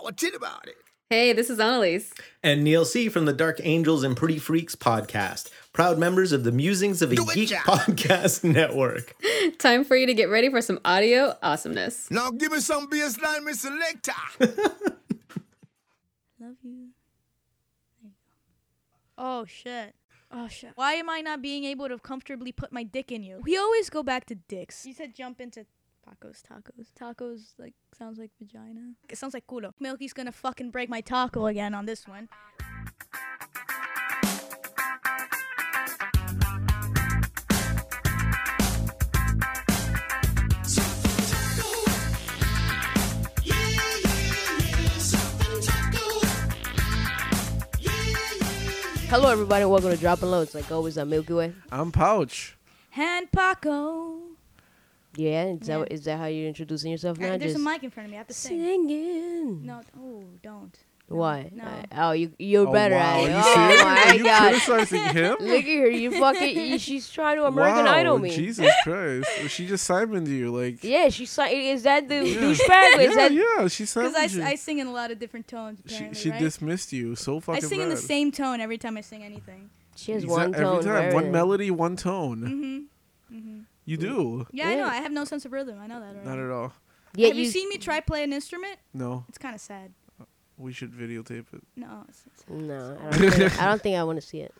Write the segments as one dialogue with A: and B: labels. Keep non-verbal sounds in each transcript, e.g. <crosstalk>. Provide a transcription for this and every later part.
A: what did about it?
B: Hey, this is Annalise. <laughs>
C: and Neil C. from the Dark Angels and Pretty Freaks podcast, proud members of the Musings of a
A: Do it,
C: Geek
A: Jack.
C: <laughs> podcast network.
B: Time for you to get ready for some audio awesomeness.
A: Now give me some baseline, Miss Selector.
D: <laughs> Love you. Oh shit. Oh shit. Why am I not being able to comfortably put my dick in you? We always go back to dicks. You said jump into tacos, tacos. Tacos like sounds like vagina. It sounds like culo. Milky's gonna fucking break my taco again on this one.
E: Hello, everybody. Welcome to Dropping Low. It's like always on Milky Way.
F: I'm Pouch.
D: Hand Paco.
E: Yeah, is
D: Yeah.
E: that is that how you're introducing yourself now?
D: Alright, there's
E: Just
D: a mic in front of me. I have to sing.
E: singing.
D: No, oh, don't.
E: Why?
D: No.
E: I- oh, you you're better
F: wow.
E: at it.
F: Are you serious?
E: oh
F: Are
E: my
F: you
D: <laughs>
E: god.
F: criticizing him?
E: Look at her. You fucking. you- She's trying to American
F: wow,
E: Idol me.
F: Jesus Christ. She just simoned you. Like, yeah,
E: Yeah, she's like, is that the
F: Yeah.
E: douchebag? Or
F: yeah,
E: is that
F: she simoned
D: Because I,
F: you.
D: s- I sing in a lot of different tones.
F: she
D: Apparently,
F: she
D: right?
F: dismissed you so fucking
D: I sing
F: bad.
D: in the same tone every time I sing anything.
E: she has
F: Exa-
E: one tone?
F: Every time,
E: right?
F: one melody, one tone.
D: Mm-hmm.
F: You do.
D: Yeah, I
E: Yeah.
D: know. I have no sense of rhythm. I know that. Already.
F: Not at all.
E: Yeah,
D: have you,
E: you.
D: seen me try play an instrument?
F: No,
D: It's kind of sad.
F: we should videotape it.
D: No. It's, it's,
E: no, I don't, think, I don't think I want to see it.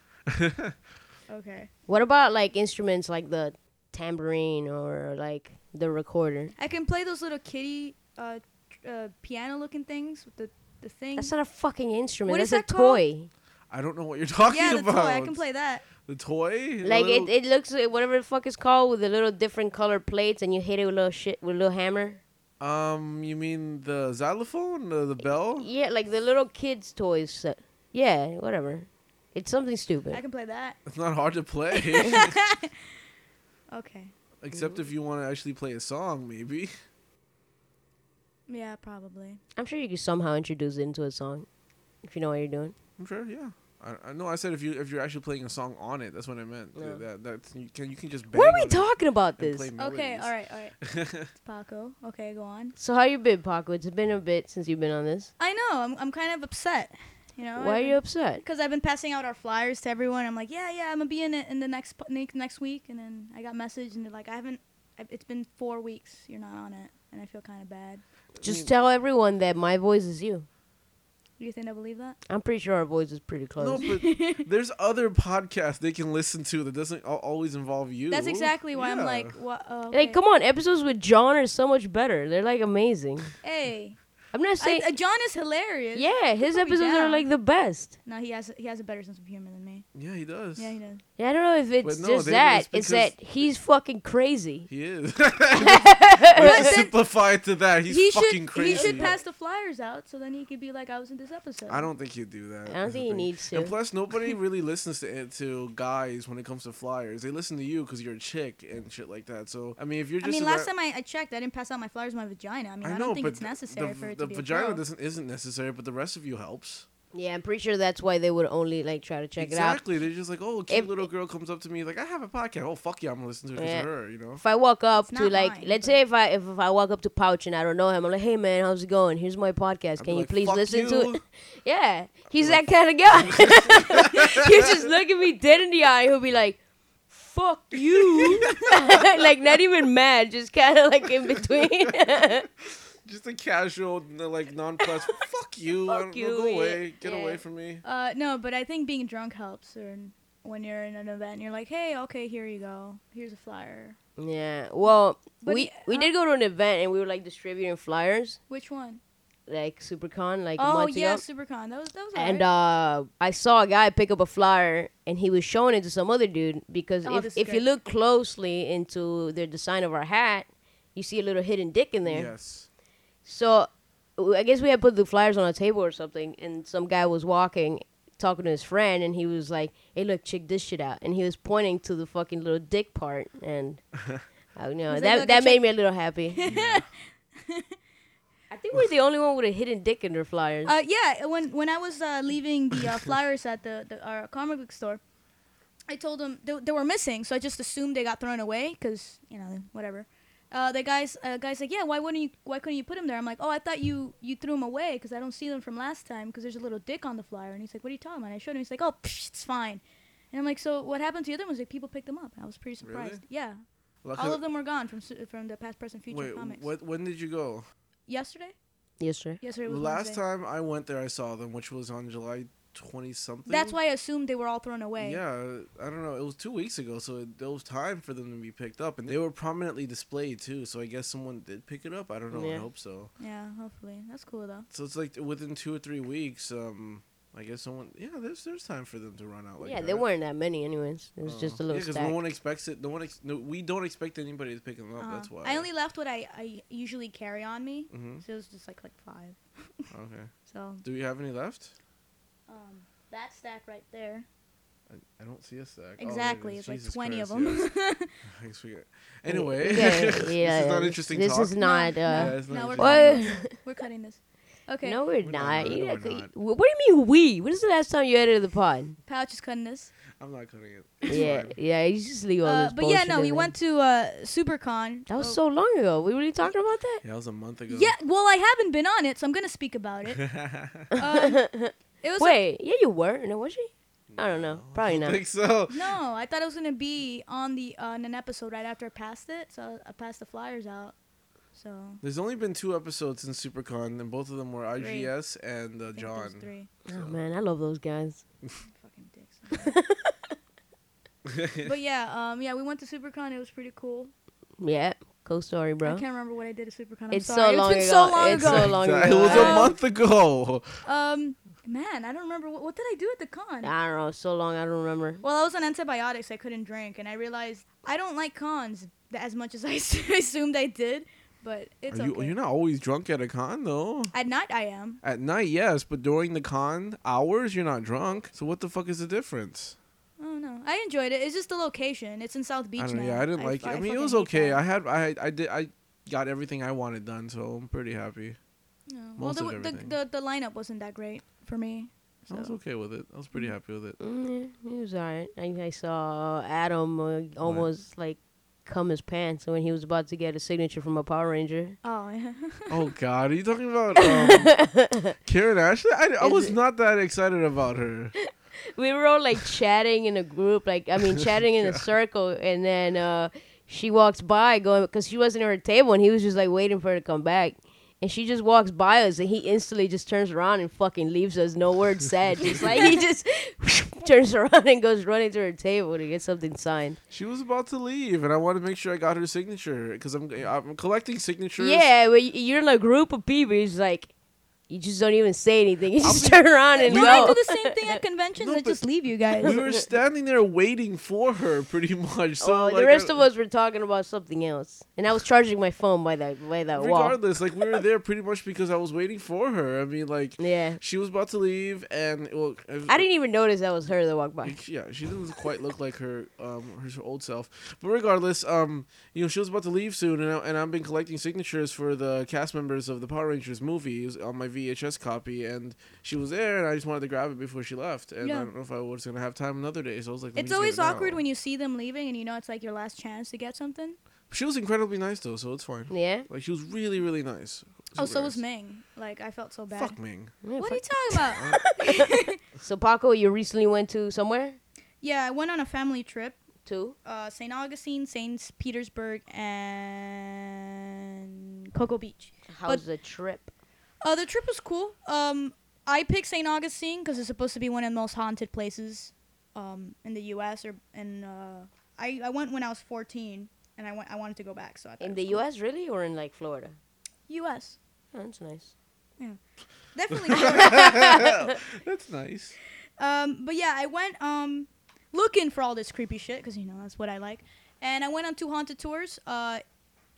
D: okay.
E: What about like instruments like the tambourine or like the recorder?
D: I can play those little kitty uh, tr- uh, piano-looking things with the the thing.
E: That's not a fucking instrument.
D: What is
E: That's a
D: that called?
E: toy.
F: I don't know what you're <laughs> talking
D: yeah, the
F: about.
D: toy. I can play that.
F: The toy? The
E: Like
F: little-
E: it, it looks like whatever the fuck it's called with the little different colored plates and you hit it with a little shit with a little hammer.
F: Um, you mean the xylophone, the, the bell?
E: Yeah, like the little kids' toys. so- Yeah, whatever. It's something
D: I
E: stupid.
D: can play that.
F: It's not hard to
D: <laughs>
F: play, <laughs>
D: Okay.
F: except if you want to actually play a song, maybe.
D: Yeah, probably.
E: I'm sure you could somehow introduce it into a song if you know what you're doing.
F: I'm sure, yeah. I, I know. I said if you if you're actually playing a song on it, that's what I meant. Th- That that's, you can you can just.
E: What are
F: bang
E: we
F: on it
E: talking about
F: and
E: this?
F: play
D: Okay.
F: melodies.
D: All right.
F: <laughs>
D: All right. It's Paco. Okay, go on.
E: So how you been, Paco? It's been a bit since you've been on this.
D: I know. I'm I'm kind of upset. You know.
E: Why are
D: <laughs>
E: you upset?
D: Because I've been passing out our flyers to everyone. I'm like, yeah, yeah, I'm gonna be in it in the next po- ne- next week, and then I got messaged and they're like, I haven't. i it's been four weeks. You're not on it, and I feel kind of bad.
E: Just tell everyone that my voice is you.
D: Do you think they believe that?
E: I'm pretty sure our voice is pretty
F: No,
E: close.
D: <laughs>
F: but there's other podcasts they can listen to that doesn't al- always involve you.
D: That's exactly why I'm
F: Yeah.
D: like, what? Uh,
E: Like, come on, episodes with John are so much better. They're like amazing.
D: Hey,
E: I'm not
D: I,
E: saying.
D: uh, John is hilarious.
E: yeah,
D: put
E: his
D: me
E: episodes are
D: down.
E: like the best.
D: No, he has he has a better sense of humor than me.
F: Yeah, he does.
D: Yeah, he does.
E: Yeah, I don't know if it's
F: no,
E: just
F: they-
E: that.
F: it's
E: It's
F: because-
E: that he's fucking crazy.
F: He is.
D: <laughs>
F: <laughs> Let's simplify it to that. He's
D: he
F: fucking
D: should
F: crazy.
D: he should pass the flyers out so then he could be like, I was in this episode.
F: I don't think he'd do that.
E: I
F: is
E: don't
F: the
E: think he
F: <laughs> thing.
E: needs
F: And
E: to.
F: plus,
E: <laughs>
F: nobody really listens to it to guys when it comes to flyers. They listen to you because you're a chick and shit like that. So I mean, if you're
D: I
F: just
D: mean,
F: a
D: last
F: ra-
D: time I, I checked, I didn't pass out my flyers with my vagina. I mean, I,
F: know,
D: don't think
F: but
D: it's necessary
F: the,
D: for it
F: the
D: to be
F: vagina
D: a pro.
F: doesn't isn't necessary, but the rest of you helps.
E: Yeah, I'm pretty sure that's why they would only like try to check
F: exactly. They're just like, oh, a cute
E: If-
F: little girl comes up to me like, I have a podcast. Oh, fuck yeah, I'm gonna listen to it 'cause
E: Yeah.
F: of her. You
E: it out.
F: know.
E: If I walk up
D: It's
E: to
D: not
E: like,
D: mine,
E: let's
D: but-
E: say if I if, if I walk up to Pouch and I don't know him, I'm like, hey man, how's it going? Here's my podcast.
F: I'd be
E: Can you
F: like,
E: please
F: "Fuck
E: listen to
F: you."
E: it? <laughs> yeah, he's that kind of guy.
F: <laughs>
E: <laughs> he'll just look at me dead in the eye. He'll be like, fuck you, <laughs> like not even mad, just kind of like
F: <laughs>
E: in
F: <laughs>
E: between. <laughs>
F: Just a casual, n- like nonplussed.
E: <laughs>
F: fuck you.
E: Fuck
F: I don't-
E: you,
F: Go
E: yeah,
F: away. Get
E: yeah.
F: away from me.
D: Uh, no, but I think being drunk helps. Or when you're in an event, and you're like, "Hey, okay, here you go. Here's a flyer."
E: yeah, well,
D: But
E: we
D: he- uh,
E: we did go to an event and we were like distributing flyers.
D: Which one?
E: like SuperCon like a
D: oh
E: month
D: yeah,
E: ago.
D: SuperCon. That was that was.
E: And
D: alright.
E: uh, I saw a guy pick up a flyer, and he was showing it to some other dude because
D: Oh, this is
E: if if you
D: great.
E: look closely into the design of our hat, you see a little hidden dick in there.
F: Yes.
E: So w- I guess we had put the flyers on a table or something, and some guy was walking, talking to his friend, and he was like, "Hey, look, check this shit out," and he was pointing to the fucking little dick part, and I don't know
D: He's like,
E: that
D: "Look, I
E: that made
D: checked-"
E: me a little
D: <laughs>
E: happy. I think we're the only one with a hidden dick in their flyers.
D: Uh, yeah, when when I was uh, leaving the
F: <laughs>
D: uh, flyers at the, the our comic book store, I told them they, they were missing, so I just assumed they got thrown away because you know whatever. uh, the guys, uh, guys like, yeah, why wouldn't you? Why couldn't you put him there? I'm like, oh, I thought you you threw him away because I don't see them from last time because there's a little dick on the flyer. And he's like, what are you talking about? And I showed him. He's like, oh, psh, it's fine. And I'm like, so what happened to the other ones? Like people picked them up. I was pretty surprised.
F: Really?
D: Yeah,
F: Well, I
D: all
F: could-
D: of them were gone from su- from the past, present, future
F: Wait,
D: comics.
F: what? When did you go?
D: Yesterday?
E: Yes, sir.
D: Yesterday was
F: Last
D: Wednesday.
F: time I went there, I saw them, which was on July twenty something.
D: That's why I assumed they were all thrown away.
F: Yeah, I don't know. It was two weeks ago, so it, there was time for them to be picked up, and they were prominently displayed too. So I guess someone did pick it up. I don't know. I
E: Yeah.
F: hope so.
D: Yeah, hopefully that's cool though.
F: So it's like within two or three weeks. Um, I guess someone. Yeah, there's there's time for them to run out. Like
E: yeah,
F: that. Uh,
E: there weren't that many, anyways. It was just a little
F: Yeah, because
E: stack.
F: no one expects it. No one. Ex- no, we don't expect anybody to pick them up.
D: Uh,
F: That's why.
D: I only left what I, I usually carry on me,
F: Mhm.
D: so it was just like like five.
F: Okay.
D: So
F: Do we have any left?
D: um, that stack right there.
F: I, I don't see a stack. Oh, there it
D: Exactly,
F: is.
D: it's like
F: Oh, Jesus
D: twenty of
F: Christ,
D: them.
F: yes.
D: <laughs>
F: Thanks for your- Anyway, <laughs>
E: Yeah,
F: this
E: yeah,
F: is not
E: yeah.
F: interesting
E: This
F: talk.
E: is not.
D: No,
E: uh,
F: Yeah, it's
D: no,
F: not
D: we're
E: what?
D: cutting, this. we're cutting this. Okay,
E: No, we're
F: We're
E: not.
F: not.
E: You-
F: We're
E: you-
F: not.
E: wh- What do you mean we? When is the last time you edited the
F: <laughs>
E: pod?
D: pouch is cutting this.
F: I'm not cutting it. It's
E: Yeah,
F: fine.
E: yeah. You just leave all
D: Uh,
E: this
D: but yeah,
E: bullshit
D: no,
E: in
D: we
E: there.
D: went to uh, SuperCon.
E: That was
D: Oh.
E: so long ago. We were really talking about that.
F: Yeah, that was a month ago. <laughs>
D: Yeah, well, I haven't been on it, so I'm gonna speak about it. Um,
E: <laughs>
D: it was
E: Wait, yeah, you were. No, was she? I don't know. Probably
F: I
E: not.
F: think so.
D: like- no, I thought it was gonna be on the on an episode right after I passed it, so I passed the flyers out. So
F: There's only been two episodes in SuperCon, and both of them were IGS and uh,
D: I think there was
F: John.
D: three
E: Oh
F: <laughs>
E: man, I love those guys.
D: fucking dicks.
E: <laughs>
D: but yeah, um, yeah, we went to SuperCon. It was pretty cool.
E: Yeah, cool story,
D: I
E: bro.
D: can't remember what I did at SuperCon. I'm
E: It's so
D: sorry.
E: long
D: it's been
E: ago.
D: so long
E: It's
D: ago.
E: so long
F: It
E: ago.
F: was a
D: Um,
F: month ago.
D: Um, man, I don't remember what, what did I do at the con.
E: I don't know. So long, I don't remember.
D: Well, I was on antibiotics. I couldn't drink, and I realized I don't like cons th- as much as I <laughs> assumed I did. But it's
F: Are you,
D: okay.
F: You're not always drunk at a con, though.
D: At night, I am.
F: At night, yes, but during the con hours, you're not drunk. So what the fuck is the difference?
D: Oh no, I enjoyed it. It's just the location. It's in South Beach
F: I don't know.
D: now.
F: Yeah, I didn't like
D: f-
F: it. I mean, it
D: fucking
F: was
D: hate
F: okay.
D: that.
F: I had I I did I got everything I wanted done, so I'm pretty happy.
D: No. Well,
F: most
D: the,
F: of
D: the,
F: everything.
D: the the lineup wasn't that great for me.
E: <laughs>
D: So.
F: I was okay with it. I was pretty happy with it.
E: Mm, yeah, he was alright. I, I saw Adam uh, almost like cum his pants when he was about to get a signature from a Power
D: <laughs>
E: Ranger.
D: Oh yeah.
F: Oh God, are you talking
E: <laughs>
F: about um, Karen Ashley? I, I
E: Is
F: was
E: it-
F: not that excited about her.
E: We were all like chatting in a group, like I mean, chatting in a circle, and then uh, she walks by going because she wasn't at her table, and he was just like waiting for her to come back. And she just walks by us, and he instantly just turns around and fucking leaves us. No word said. Just like he just <laughs> turns around and goes running to her table to get something signed.
F: She was about to leave, and I wanted to make sure I got her signature because I'm eh, I'm collecting signatures.
E: Yeah, but y- you're in a group of people. It's like you just don't even say anything. <laughs> You just
F: be-
E: turn around and
D: Don't I
E: go.
D: do the same thing at
F: <laughs>
D: conventions?
F: No,
D: I just
F: but-
D: leave you guys.
F: We
E: <laughs>
F: were standing there waiting for her, pretty much. So
E: Oh,
F: like, uh,
E: the rest
F: I-
E: of us were talking about something else, and I was charging my phone by that by that wall.
F: regardless, like we were there pretty much because I was waiting for her. I mean, like
E: Yeah,
F: she was about to leave, and well,
E: I didn't even notice that was her that
F: <laughs>
E: walked by.
F: Yeah, she doesn't quite look like her um her old self. But regardless, um, you know, she was about to leave soon, and I, and I've been collecting signatures for the cast members of the Power Rangers movies on my VHS copy, and she was there, and I just wanted to grab it before she left, and
D: Yeah.
F: I don't know if I was gonna have time another day, so I was like,
D: It's always awkward when you see them leaving and you know it's like your last chance to get something.
F: She was incredibly nice though, so it's fine.
E: Yeah.
F: Like she was really really nice.
D: Oh,
F: Super
D: so was
F: nice.
D: Ming. Like I felt so bad.
F: Fuck Ming.
E: Yeah,
D: What are
E: fuck.
D: you talking about?
E: So Paco, you recently went to somewhere
D: <laughs> yeah, I went on a family trip.
E: too?
D: Uh, St. Augustine, St. Petersburg, and Cocoa Beach.
E: How's the trip?
D: Uh, the trip was cool. Um, I picked St. Augustine because it's supposed to be one of the most haunted places um, in the U.S. Or and uh, I, I went when I was 14, and I went I wanted to go back. So I thought it
E: In
D: was
E: the
D: cool.
E: U.S. really, or in like Florida?
D: U.S.
E: Oh, that's nice.
D: Definitely. Florida.
F: That's nice.
D: um, but yeah, I went um, looking for all this creepy shit because you know that's what I like, and I went on two haunted tours. Uh,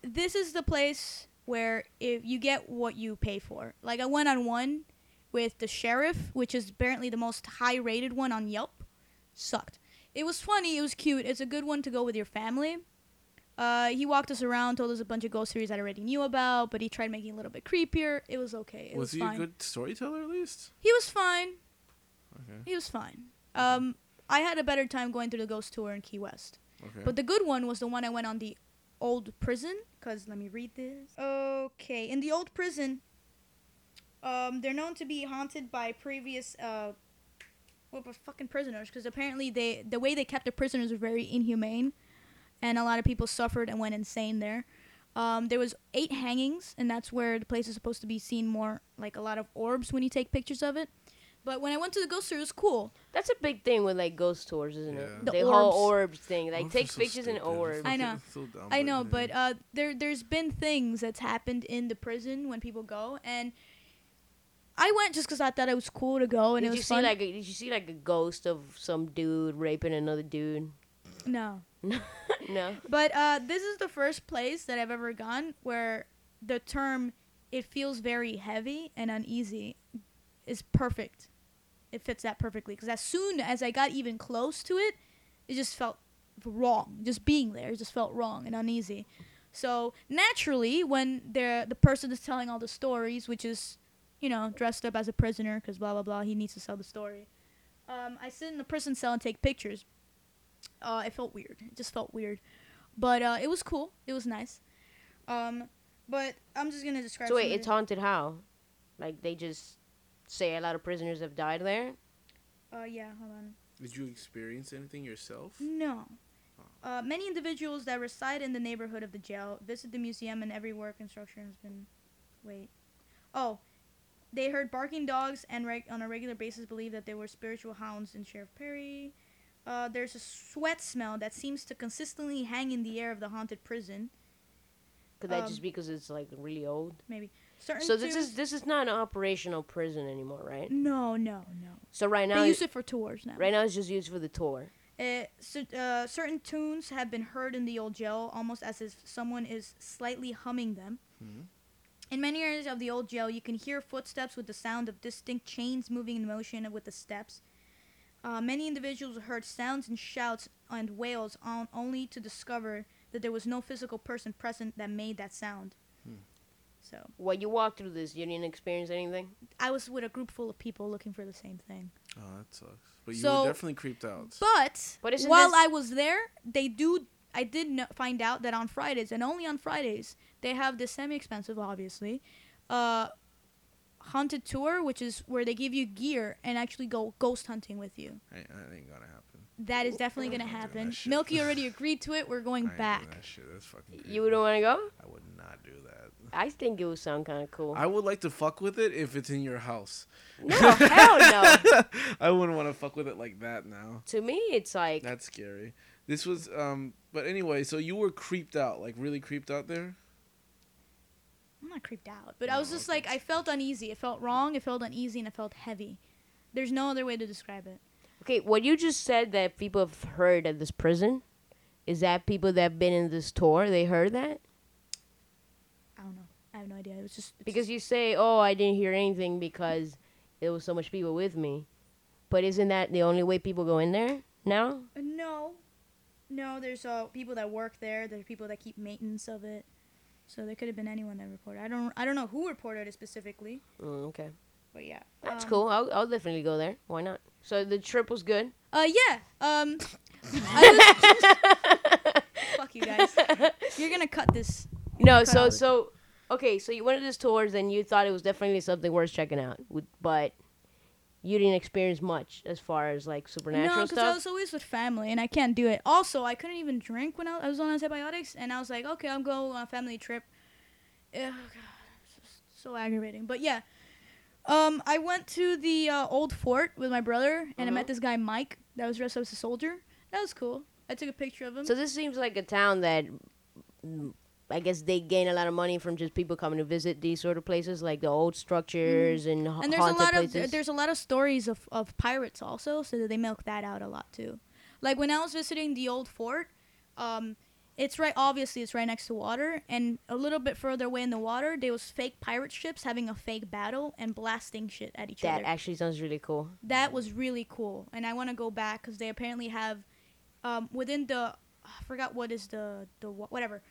D: this is the place where if you get what you pay for. Like I went on one with the sheriff, which is apparently the most high-rated one on Yelp. Sucked. It was funny. It was cute. It's a good one to go with your family. Uh, he walked us around, told us a bunch of ghost stories that I already knew about, but he tried making it a little bit creepier. It was okay. It was,
F: was he
D: fine.
F: a good storyteller at least?
D: He was fine.
F: Okay.
D: He was fine. Um, I had a better time going through the ghost tour in Key West.
F: Okay.
D: But the good one was the one I went on the old prison. Cause let me read this. Okay, in the old prison, um, they're known to be haunted by previous uh, well, but fucking prisoners. Cause apparently they the way they kept the prisoners was very inhumane, and a lot of people suffered and went insane there. Um, there was eight hangings, and that's where the place is supposed to be seen more like a lot of orbs when you take pictures of it. But when I went to the ghost tour, it was cool.
E: That's a big thing with like ghost tours, isn't
F: Yeah.
E: it?
D: The
E: The, whole
D: orbs.
E: orbs thing. Like
F: Orbs
E: take
F: are so
E: pictures in
F: stupid.
E: orbs.
D: I know.
F: So dumb,
D: I know,
F: yeah.
D: but uh, there there's been things that's happened in the prison when people go, and I went just because I thought it was cool to go and
E: Did
D: it
E: you
D: was
E: see
D: fun.
E: like a, did you see like a ghost of some dude raping another dude? <laughs>
D: no,
E: No.
D: but uh, this is the first place that I've ever gone where the term "it feels very heavy and uneasy" is perfect. It fits that perfectly because as soon as I got even close to it, it just felt wrong. Just being there, it just felt wrong and uneasy. So naturally, when the the person is telling all the stories, which is you know dressed up as a prisoner because blah blah blah, he needs to sell the story. Um, I sit in the prison cell and take pictures. Uh, it felt weird. It just felt weird, but uh, it was cool. It was nice. Um, but I'm just gonna describe.
E: So
D: some
E: wait,
D: of
E: it's
D: the-
E: haunted how? Like they just say a lot of prisoners have died there.
D: uh, yeah. Hold on.
F: Did you experience anything yourself?
D: No. Uh, many individuals that reside in the neighborhood of the jail visit the museum, and everywhere construction has been. Wait. Oh, they heard barking dogs, and reg- on a regular basis believe that they were spiritual hounds in Sheriff Perry. Uh, there's a sweat smell that seems to consistently hang in the air of the haunted prison.
E: Could that
D: Um,
E: just be because it's like really old?
D: Certain
E: So this
D: tombs-
E: is this is not an operational prison anymore, right?
D: no, no, no.
E: So right now,
D: they use it for tours now.
E: right now it's just used for the tour.
D: Uh, cer- uh, certain tunes have been heard in the old jail, almost as if someone is slightly humming them. In many areas of the old jail, you can hear footsteps with the sound of distinct chains moving in motion with the steps. Uh, many individuals heard sounds and shouts and wails, on, only to discover that there was no physical person present that made that sound. So
E: While you walk through this, you didn't experience anything.
D: I was with a group full of people looking for the same thing.
F: Oh, that sucks. But you
D: So-
F: were definitely creeped out.
D: But,
E: But isn't
D: while
E: this-
D: I was there, they do. I did no- find out that on Fridays and only on Fridays they have this semi-expensive, obviously, uh, haunted tour, which is where they give you gear and actually go ghost hunting with you.
F: I, that ain't gonna happen.
D: That is definitely gonna
F: I'm doing
D: happen.
F: that shit.
D: Milky already agreed to it. We're
F: I
D: going
F: ain't
D: back.
F: doing that shit. That's fucking.
E: You
F: creepy.
E: wouldn't want to go.
F: I would not do that.
E: I think it would sound kind of cool.
F: I would like to fuck with it if it's in your house. <laughs>
E: No, hell no.
F: I wouldn't want to fuck with it like that now.
E: To me, it's like
F: That's scary. This was um. But anyway, so you were creeped out, like really creeped out there.
D: I'm not creeped out, but I was
F: No,
D: just
F: okay.
D: like I felt uneasy. It felt wrong. It felt uneasy, and it felt heavy. There's no other way to describe it.
E: okay. What you just said that people have heard at this prison is that people that have been in this tour they heard that
D: I don't know. I have no idea. It was just it's-
E: because you say, "Oh, I didn't hear anything because there was so much people with me." But isn't that the only way people go in there now?
D: Uh, No, no. There's uh, people that work there. There's people that keep maintenance of it. So there could have been anyone that reported. I don't. I don't know who reported it specifically.
E: Mm, okay,
D: But yeah.
E: that's
D: um,
E: cool. I'll, I'll definitely go there. Why not? So the trip was good.
D: Uh yeah.
E: <laughs>
D: Um. I was- <laughs> fuck you guys. You're gonna cut this.
E: No, so
D: Crowd.
E: so okay, so you went to this tours and you thought it was definitely something worth checking out, w- but you didn't experience much as far as like supernatural
D: no, because I
E: stuff.
D: was always with family and I can't do it. Also, I couldn't even drink when I I was on antibiotics, and I was like, okay, I'm going on a family trip. Ugh, God, it's just so aggravating. But yeah, um, I went to the uh, old fort with my brother, and
E: Uh-huh.
D: I met this guy Mike that was dressed up as a soldier. That was cool. I took a picture of him.
E: So this seems like a town that mm, I guess they gain a lot of money from just people coming to visit these sort of places, like the old structures and, ha-
D: Mm-hmm. and there's a
E: haunted
D: lot
E: places.
D: of uh, there's a lot of stories of, of pirates also so they milk that out a lot too like when i was visiting the old fort um it's right obviously it's right next to water and a little bit further away in the water there was fake pirate ships having a fake battle and blasting shit at each
E: that
D: other
E: actually sounds really cool.
D: that was really cool and i want to go back because they apparently have um, within the i forgot what is the the wa- whatever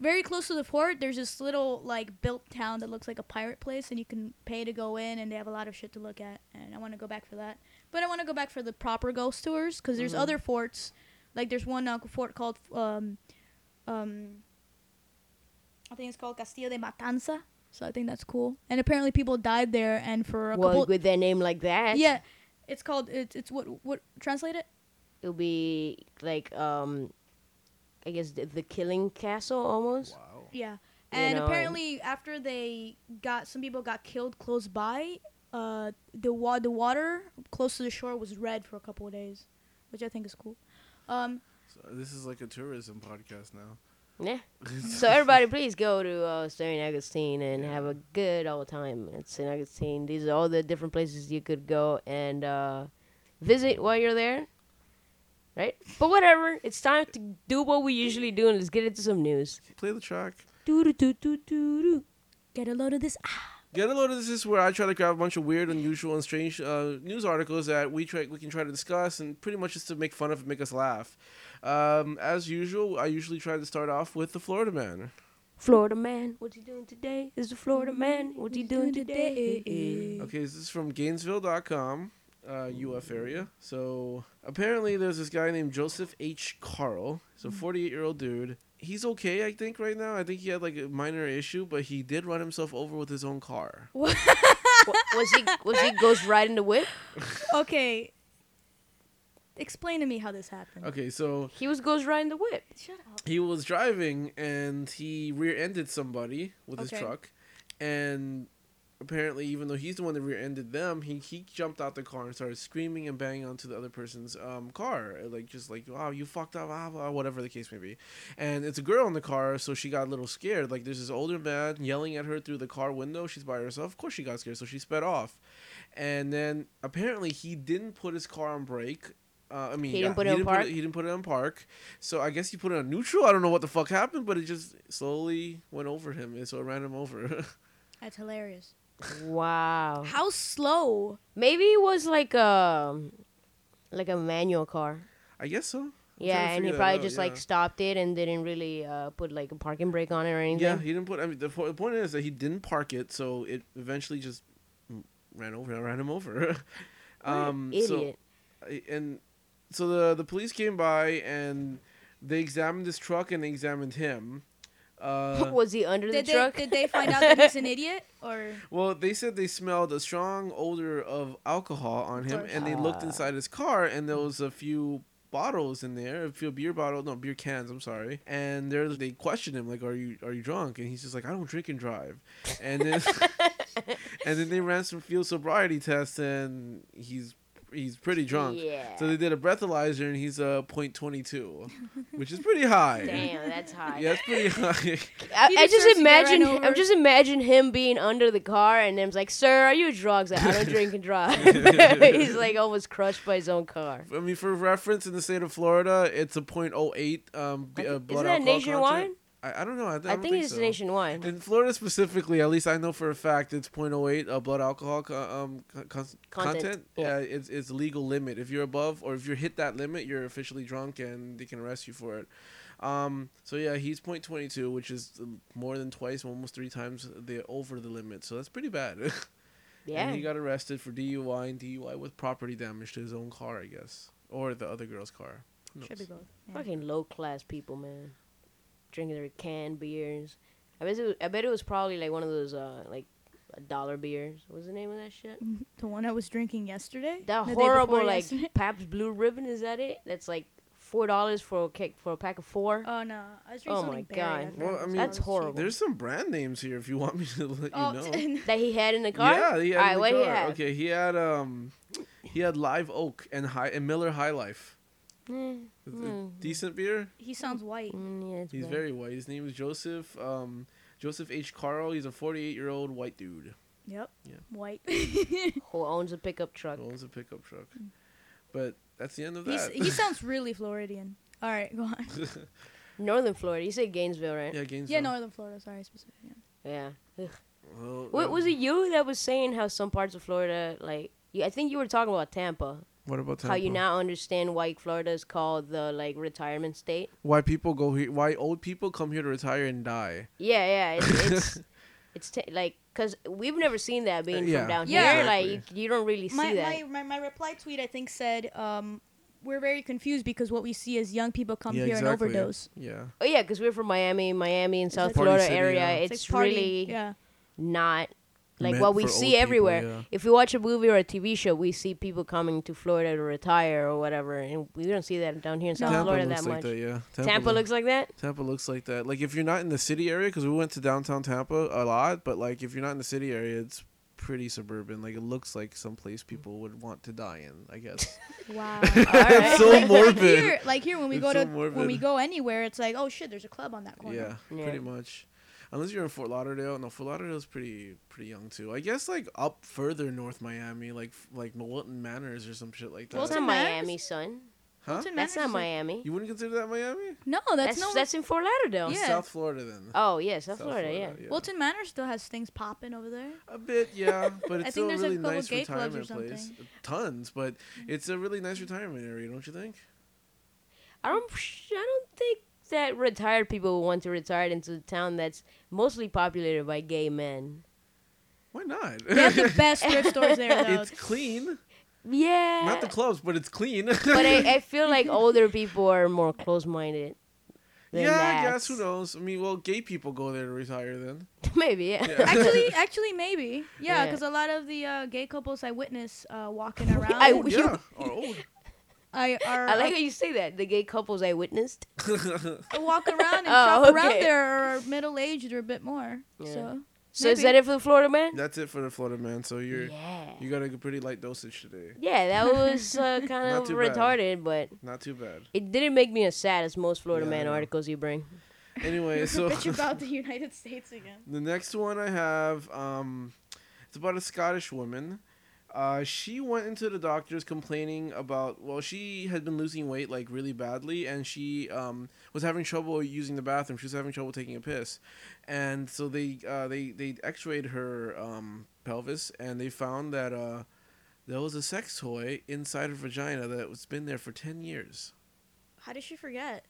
D: very close to the fort there's this little like built town that looks like a pirate place and you can pay to go in and they have a lot of shit to look at and i want to go back for that but i want to go back for the proper ghost tours because there's other forts like there's one uh, fort called um, um, I think it's called Castillo de Matanza. So I think that's cool. And apparently people died there, and for a
E: Well,
D: couple.
E: with their name like that,
D: Yeah, it's called. It's, it's what what translate it?
E: it'll be like um, I guess the, the Killing Castle almost.
F: Wow.
D: Yeah. And
E: know.
D: apparently, after they got some people got killed close by, uh, the wa- the water close to the shore was red for a couple of days, which I think is cool. Um,
F: So this is like a tourism podcast now.
E: Yeah. so everybody, please go to uh, St. Augustine and have a good old time at St. Augustine. These are all the different places you could go and uh, visit while you're there, right? But whatever, it's time to do what we usually do and let's get into some news.
F: <laughs> Play the track.
E: Doo-doo-doo-doo-doo-doo.
D: get a load of this.
F: Get a load of this is where I try to grab a bunch of weird, unusual, and strange uh, news articles that we try we can try to discuss, and pretty much just to make fun of and make us laugh. Um, as usual, I usually try to start off with the Florida man.
E: Florida man, what's he doing today? Is the Florida man, what's he doing today?
D: Mm-hmm.
F: Okay, this is from Gainesville.com, uh, UF area. So apparently, there's this guy named Joseph H. Carl. He's a 48 year old dude. He's okay, I think, right now. I think he had like a minor issue, but he did run himself over with his own car.
E: Wa- was he was he ghost riding the whip?
D: Okay. Explain to me how this happened.
F: Okay, so
E: He was ghost riding the whip.
D: Shut up.
F: he was driving and he rear-ended somebody with his
D: Okay.
F: truck and apparently even though he's the one that rear-ended them he, he jumped out the car and started screaming and banging onto the other person's um, car like just like wow you fucked up ah, blah," whatever the case may be and it's a girl in the car so she got a little scared like there's this older man yelling at her through the car window she's by herself of course she got scared so she sped off and then apparently he didn't put his car on brake uh, I mean,
E: He didn't
F: yeah,
E: put it on park?
F: he didn't put it on park. So I guess he put it on neutral. I don't know what the fuck happened, but it just slowly went over him, and so it ran him over. <laughs>
D: That's hilarious.
E: Wow.
D: How slow?
E: Maybe it was like a like a manual car.
F: I guess so. I'm
E: Yeah,
F: trying to
E: and he
F: figure that
E: probably
F: out,
E: just
F: yeah.
E: like stopped it and didn't really uh, put like a parking brake on it or anything.
F: yeah, he didn't put. I mean, the, po- the point is that he didn't park it, so it eventually just mm, ran over. Ran him over. <laughs> um, <laughs> so-
E: idiot. <laughs>
F: I- and so the the police came by and they examined this truck and they examined him.
E: <laughs>
F: Uh,
E: was he under
D: Did
E: the
D: they,
E: truck?
D: did they find out that he's
E: <laughs>
D: an idiot or
F: Well, they said they smelled a strong odor of alcohol on him,
D: course.
F: and they
E: Ah.
F: looked inside his car, and there was a few bottles in there, a few beer bottles, no beer cans. I'm sorry. And they they questioned him like, "Are you are you drunk?" And he's just like, "I don't drink and drive." And then <laughs> and then they ran some field sobriety tests, and he's he's pretty drunk.
E: Yeah.
F: So they did a breathalyzer, and he's a .22, which is pretty high.
E: Damn, that's high.
F: Yeah, it's pretty <laughs> high.
E: I,
D: He
E: I just
D: deserves to get
E: imagine.
D: run over.
E: I'm just imagine him being under the car and them's like, "Sir, are you drugs?" Like, I don't
F: <laughs>
E: drink and drive. <laughs> He's like almost crushed by his own car.
F: I mean, for reference, in the state of Florida, it's a 0.08 um, b-
E: I
F: uh,
E: thi-
F: blood
E: isn't that
F: alcohol
E: nationwide?
F: content. I, I don't know. I, I,
E: I,
F: don't
E: think it's
F: so.
E: nationwide.
F: In Florida specifically, at least I know for a fact, it's 0.08 uh, blood alcohol co- um, co- con- content. Uh,
E: yeah.
F: it's it's legal limit. If you're above or if you hit that limit, you're officially drunk and they can arrest you for it. Um, so yeah, he's 0.22, which is uh, more than twice, almost three times the over the limit. So that's pretty bad. <laughs>
E: yeah.
F: And he got arrested for DUI and DUI with property damage to his own car, I guess, or the other girl's car. Who
D: should be
F: knows?
D: both?
E: Fucking low class people, man. Drinking their canned beers. I bet it was, I bet it was probably like one of those uh like a dollar beers. What was the name of that shit?
D: The one I was drinking yesterday.
E: That
D: The day before
E: horrible like
D: yesterday?
E: Pabst Blue Ribbon is that it? That's like four dollars for a cake for a pack of four.
D: Oh no, I was drinking
E: Oh my
D: something berry.
E: God.
D: forgot
F: Well, I
D: what it's
F: mean-
D: called.
E: That's
D: It's cheap.
E: horrible.
F: There's some brand names here if you want me to <laughs> let
D: Oh,
F: you
E: <laughs>
F: know.
E: that he had in the Oh, car.
F: yeah, he had
E: Alright,
F: in the
E: what
F: car.
E: he had?
F: Okay, he had um, he had Live Oak and High and Miller High Life.
E: Eh,
F: It's a
E: Hmm.
F: Decent beer.
D: <laughs>
E: <laughs>
D: he sounds white.
E: Mm, yeah, it's
F: He's
E: bad.
F: very white. His name is Joseph um, Joseph H. Carl. He's a 48 year old white dude.
D: Yep.
F: Yeah.
D: White. <laughs>
E: who owns a pickup truck.
F: Owns a pickup truck.
E: Hmm.
F: But that's the end of
D: He's,
F: that.
D: he sounds really Floridian. All right, go on.
E: Northern Florida. You said Gainesville, right?
F: <laughs> yeah, Gainesville.
D: Yeah, Northern Florida. Sorry, specific. Yeah.
E: Yeah. Ugh.
F: Well,
E: Wait,
F: um,
E: was it you that was saying how some parts of Florida like you, I think you were talking about Tampa.
F: What about
E: How you
F: Tampa?
E: now understand why Florida is called the like retirement state?
F: why people go here why old people come here to retire and die
E: Yeah,
F: <laughs>
E: yeah. It's it's, it's t- like because we've never seen that being
F: yeah,
E: from down
D: Yeah.
E: here.
F: exactly.
E: Like you, you don't really see
D: My,
E: that.
D: my, my my reply tweet I think said um we're very confused because what we see is young people come
F: yeah,
D: here
F: exactly.
D: and overdose.
F: Yeah.
E: Oh yeah, because we're from Miami, Miami and South
D: like-
F: Party
E: Florida
F: city,
E: area.
F: yeah.
E: It's,
D: like party-
E: really <laughs>
D: yeah.
E: not like
F: Meant
E: what we
F: for old
E: see
F: people,
E: everywhere.
F: yeah.
E: If we watch a movie or a TV show, we see people coming to Florida to retire or whatever, and we don't see that down here in South
F: Tampa
E: Florida
F: looks
E: that
F: like
E: much.
F: that. Yeah.
E: Tampa
F: loo-
E: looks
F: <laughs>
E: like that.
F: Tampa looks like that. Like if you're not in the city area, because we went to downtown Tampa a lot, but like if you're not in the city area, it's pretty suburban. Like it looks like someplace people would want to die in. I guess.
D: Wow.
E: All right.
F: <laughs> so
D: like
F: morbid.
D: here, like here, when we
F: It's
D: go
F: so
D: to
F: morbid.
D: when we go anywhere, it's like, oh shit, there's a club on that corner.
F: Yeah,
E: Yeah.
F: pretty much. Unless you're in Fort Lauderdale, no, Fort Lauderdale's pretty pretty young too. I guess like up further north Miami, like like Wilton Manors or some shit like that.
E: That's
D: Wilton
E: not
D: Manors?
E: Miami, son.
F: huh?
D: Wilton
E: That's not
D: Manors is-
E: Miami.
F: You wouldn't consider that Miami?
D: No, that's,
E: That's
D: no.
E: that's in Fort Lauderdale.
D: Yeah.
F: South Florida then.
E: Oh yeah, South, Florida, Yeah.
D: Wilton Manor still has things popping over there.
F: A bit,
D: <laughs>
F: yeah, but
D: think
F: it's still a
D: there's a
F: really
D: couple
F: nice
D: gay clubs or
F: retirement place. Tons, but it's a really nice retirement area, don't you think?
E: I don't. I don't think that retired people want to retire into a town that's mostly populated by gay men.
F: Why not? <laughs>
D: They have the best thrift stores there, though.
F: it's clean,
E: Yeah.
F: not the clubs, but it's clean. <laughs>
E: <laughs> but I, I feel like older people are more close-minded. than
F: yeah, I
E: that.
F: guess who knows? I mean, well, gay people go there to retire then.
E: <laughs> Maybe yeah.
F: <laughs>
D: actually, actually, maybe. Yeah,
E: Yeah.
D: because a lot of the uh, gay couples I witness uh, walking around.
E: I-
D: I,
F: Oh, Yeah, or
D: <laughs>
F: old.
D: are,
E: <laughs> I like how you say that. The gay couples I witnessed.
D: walk around and
E: <laughs> Oh,
D: shop around
E: okay.
D: there are middle aged or a bit more.
E: Yeah.
D: So
E: So is
D: Maybe.
E: that it for the Florida
F: <laughs>
E: man?
F: That's it for the Florida man. So you're
E: Yeah.
F: you got a pretty light dosage today.
E: Yeah, that
F: <laughs>
E: was uh, kind
F: Not
E: of
F: too bad.
E: retarded, but
F: Not too bad.
E: it didn't make me as sad as most Florida
F: Yeah, I
E: man
F: know.
E: articles you bring.
D: <laughs>
F: Anyway, so <laughs>
D: bitch about the United States again.
F: the next one I have, um, it's about a Scottish woman. Uh, she went into the doctors complaining about well, she had been losing weight like really badly, and she um, was having trouble using the bathroom. She was having trouble taking a piss, and so they uh, they they X-rayed her um, pelvis, and they found that uh, there was a sex toy inside her vagina that was been there for ten years.
D: How did she forget?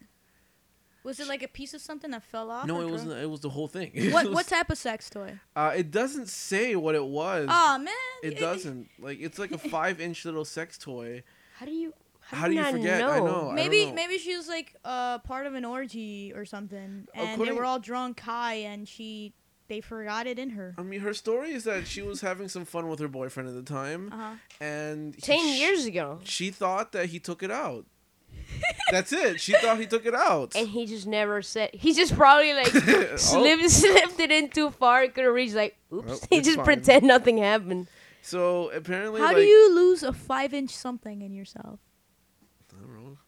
D: Was it like a piece of something that fell off?
F: No,
D: or
F: it
D: dro-
F: wasn't. It was the whole thing. <laughs>
D: What what type of sex toy?
F: Uh, it doesn't say what it was.
D: Oh man, <laughs>
F: It doesn't. Like it's like a five inch little sex toy.
E: How do you? How,
F: How do you
E: not
F: forget?
E: Know?
F: I know. I
D: Maybe
F: don't know.
D: maybe she was like uh, part of an orgy or something, and
F: According-
D: they were all drunk high, and she they forgot it in her.
F: I mean, her story is that she was having some fun with her boyfriend at the time, <laughs>
D: Uh-huh.
F: and he-
E: Ten
F: sh-
E: years ago,
F: She thought that he took it out. That's it. She thought he took it out.
E: and he just never said. He just
F: <laughs>
E: probably like slipped slipped it in too far. Couldn't reach. Like, oops.
F: Oh.
E: <laughs>
F: Well,
E: he
F: it's
E: just
F: fine.
E: pretend nothing happened.
F: So apparently,
D: How
F: like,
D: do you lose a five inch something in yourself?
F: I don't know.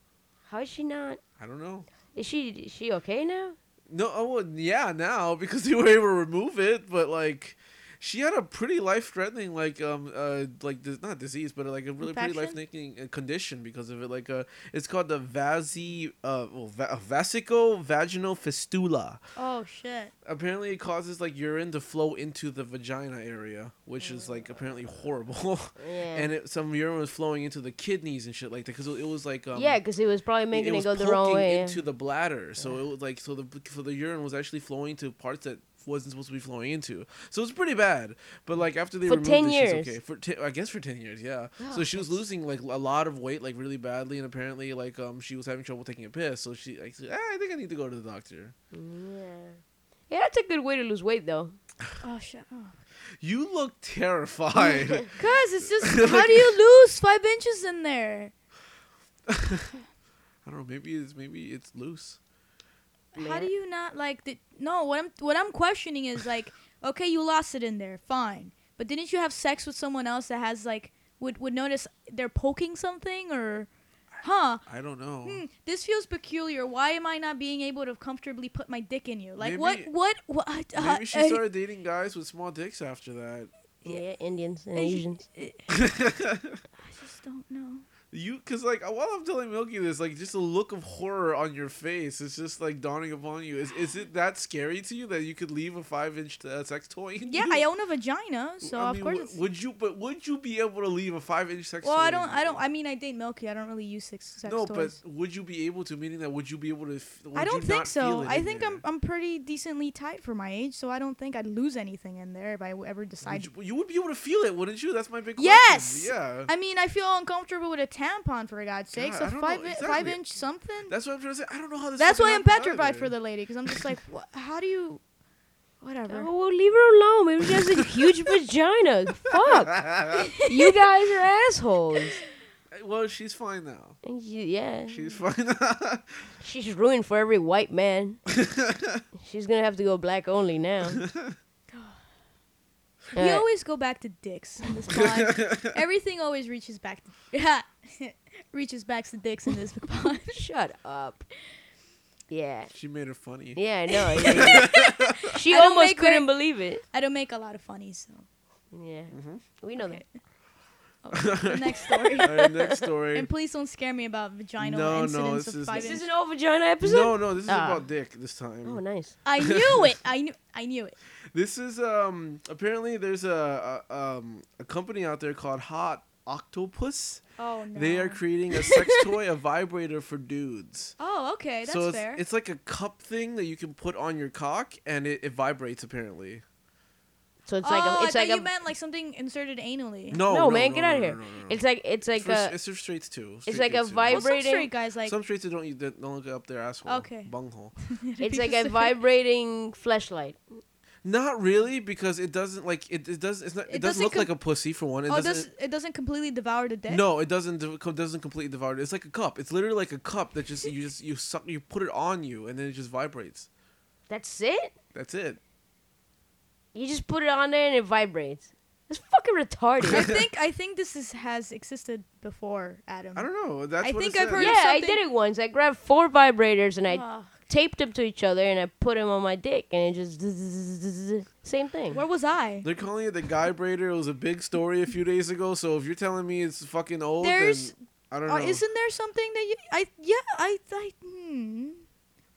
E: How is she not?
F: I don't know.
E: Is she is she okay now?
F: No, oh well, yeah, now <laughs> because they were able to remove it, but like, she had a pretty life-threatening, like, um, uh, like dis- not disease, but like a really pretty
D: Infection?
F: life-threatening uh, condition because of it. Like, uh, it's called the vasi, uh, well, va- vasico vaginal fistula.
D: Oh shit!
F: Apparently, it causes like urine to flow into the vagina area, which is like apparently horrible. <laughs>
E: Yeah.
F: and it, some urine was flowing into the kidneys and shit like that because it, it was like um,
E: yeah, because it was probably making it,
F: was
E: go the wrong
F: poking
E: way. yeah.
F: into the bladder. So it was like so the so the urine was actually flowing to parts that wasn't supposed to be flowing into. So it's pretty bad. But like after they
E: For
F: removed
E: 10
F: it,
E: years.
F: she's okay. For ten, I guess for ten years, yeah. so she was losing like a lot of weight, like really badly, and apparently like um she was having trouble taking a piss. So she like said, "Ah, I think I need to go to the doctor.
E: Yeah, that's a good way to lose weight though.
D: Oh shit! Oh.
F: You look
E: <laughs>
F: terrified.
D: Cause
F: <laughs>
D: it's just how do you lose five inches in there?
F: I don't know. Maybe it's maybe it's loose.
D: How do you not like? Did, no, what I'm what I'm questioning is like, <laughs> okay, you lost it in there, fine, but didn't you have sex with someone else that has like would would notice they're poking something or, huh?
F: I don't know.
D: Hmm, this feels peculiar. Why am I not being able to comfortably put my dick in you? Like what
F: Maybe-
D: what what? uh,
F: Maybe she
D: uh, <laughs>
F: started dating guys with small dicks after that.
E: Yeah, Indians and
D: I-
E: Asians.
D: I just don't know.
F: You, cause like uh, while I'm telling Milky this, like just a look of horror on your face is just like dawning upon you. Is is it that scary to you that you could leave a five inch uh, sex toy? in
D: Yeah,
F: <laughs> you?
D: I own a vagina, so
F: I
D: of
F: mean,
D: course.
F: w-
D: it's,
F: Would you? But would you be able to leave a five inch sex?
D: well,
F: toy
D: I
F: in
D: don't. I
F: you?
D: don't. I mean, I date Milky. I don't really use sex, sex
F: no,
D: toys.
F: but would you be able to? Meaning that would you be able to? f- would
D: I
F: you
D: don't
F: not
D: think so.
F: feel it
D: I
F: in
D: think
F: there?
D: I'm I'm pretty decently tight for my age, so I don't think I'd lose anything in there if I w- ever
F: Would
D: decide.
F: you, you would be able to feel it, wouldn't you? That's my big question.
D: Yes!
F: Yeah.
D: I mean, I feel uncomfortable with a tampon for God's sake.
F: God,
D: so
F: I don't know.
D: five,
F: Exactly.
D: five inch something.
F: That's what I'm trying to say. I don't know how this.
D: That's
F: fucking
D: why I'm
F: happened
D: petrified
F: either.
D: for the lady because I'm just like, what, how do you? Whatever.
E: Oh, well, leave her alone. Maybe she has a
F: <laughs>
E: huge vagina. Fuck. You guys are assholes.
F: Well, she's fine now.
E: And you,
D: <laughs>
E: yeah.
F: She's fine.
E: She's ruined for every white man. She's gonna have to go black only now.
F: <laughs>
D: We
E: Alright.
D: always go back to dicks in this pod.
F: <laughs>
D: Everything always reaches back. To, <laughs> reaches back to dicks in this <laughs> pod.
E: Shut up. Yeah.
F: she made her funny. <laughs>
E: Yeah, I know. she
D: I don't
E: almost
D: make very-
E: couldn't believe it. Mm-hmm.
D: I don't make a lot of funnies. So
E: Yeah. We know that.
D: the next story.
F: All right, next story.
D: and please don't scare me about vaginal
F: No, no,
D: incidents
F: this
D: of
F: is-
D: five
E: Is
F: This
E: this
D: inch.
E: an all vagina episode?
F: No, no, this is
E: Ah.
F: about dick this time.
E: Oh, nice.
D: I knew it. I knew. I knew
E: <laughs>
D: it.
F: This is um apparently there's a, a um a company out there called Hot Octopus.
D: Oh no.
F: They are creating a
E: <laughs>
F: sex toy, a vibrator for dudes.
D: oh, okay. That's
F: so it's,
D: fair.
F: it's like a cup thing that you can put on your cock and it, it vibrates apparently.
E: So it's
D: oh,
E: like a,
D: I
E: it's
D: thought
E: like
D: you
E: a
D: meant like something inserted anally.
F: No,
E: no,
F: no,
E: man,
F: no,
E: get
F: no,
E: out of
F: no,
E: here.
F: no, no, no.
E: It's like it's like
F: for,
E: a
F: it's for straights too.
E: it's
F: straight
E: like
F: kids
E: a
F: too.
D: Well, some
E: vibrating-
D: straight guys like. <laughs>
F: Some straights don't you don't look up their asshole.
D: Okay.
F: Bunghole.
E: it's like a vibrating flashlight.
F: Not really, because it doesn't like it. It does. It's not. It,
D: It
F: doesn't,
D: doesn't
F: look
D: com-
F: like a pussy for one. It
D: Oh, it
F: doesn't.
D: does it doesn't completely devour the dick?
F: No, it doesn't. de- co- Doesn't completely devour it. It's like a cup. It's literally like a cup that just you just you suck. You put it on you, and then it just vibrates.
E: That's it.
F: That's it.
E: You just put it on there and it vibrates. That's fucking
D: <laughs>
E: retarded.
F: <laughs>
D: I think I think this is, has existed before, Adam.
F: I don't know. That's.
D: I
F: what it
D: think I've
F: says.
D: heard-
E: yeah, I
D: something-
E: did it once. I grabbed four vibrators and I
D: Ugh.
E: taped them to each other and I put them on my dick and it just <laughs> zzzz. same thing.
D: Where was I?
F: They're calling it the guy braider. It was a big story a few days ago. So if you're telling me it's fucking old,
D: There's-
F: then I don't know.
D: Uh, isn't there something that you? I yeah I I hmm.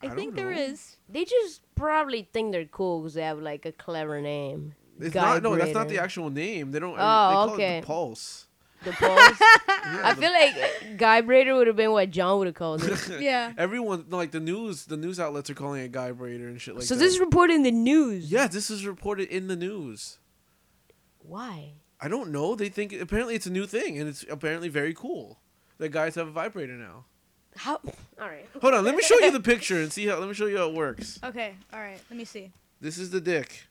D: I,
F: I don't
D: think there
F: know. <laughs>
D: is.
E: They just probably think they're cool because they have like a clever name.
F: It's not. No, that's not the
E: Vibrator.
F: actual name. They don't. Oh, they
E: Oh,
F: call it
E: okay.
F: the pulse.
E: The
F: <laughs>
E: balls.
F: Yeah,
E: I
F: the-
E: feel like Guy Brader would have been what John would have called
F: <laughs>
E: it.
D: Yeah.
F: Everyone like the news. The news outlets are calling it guy braider and shit like
E: so
F: that.
E: this is reported in the news.
F: Yeah, this is reported in the news.
E: Why?
F: I don't know. They think apparently it's a new thing and it's apparently very cool. That guys have a vibrator now.
E: How? <laughs> All right.
F: Hold on, let me show you the picture and see how. Let me show you how it works.
D: Okay. All right. Let me see.
F: This is the dick.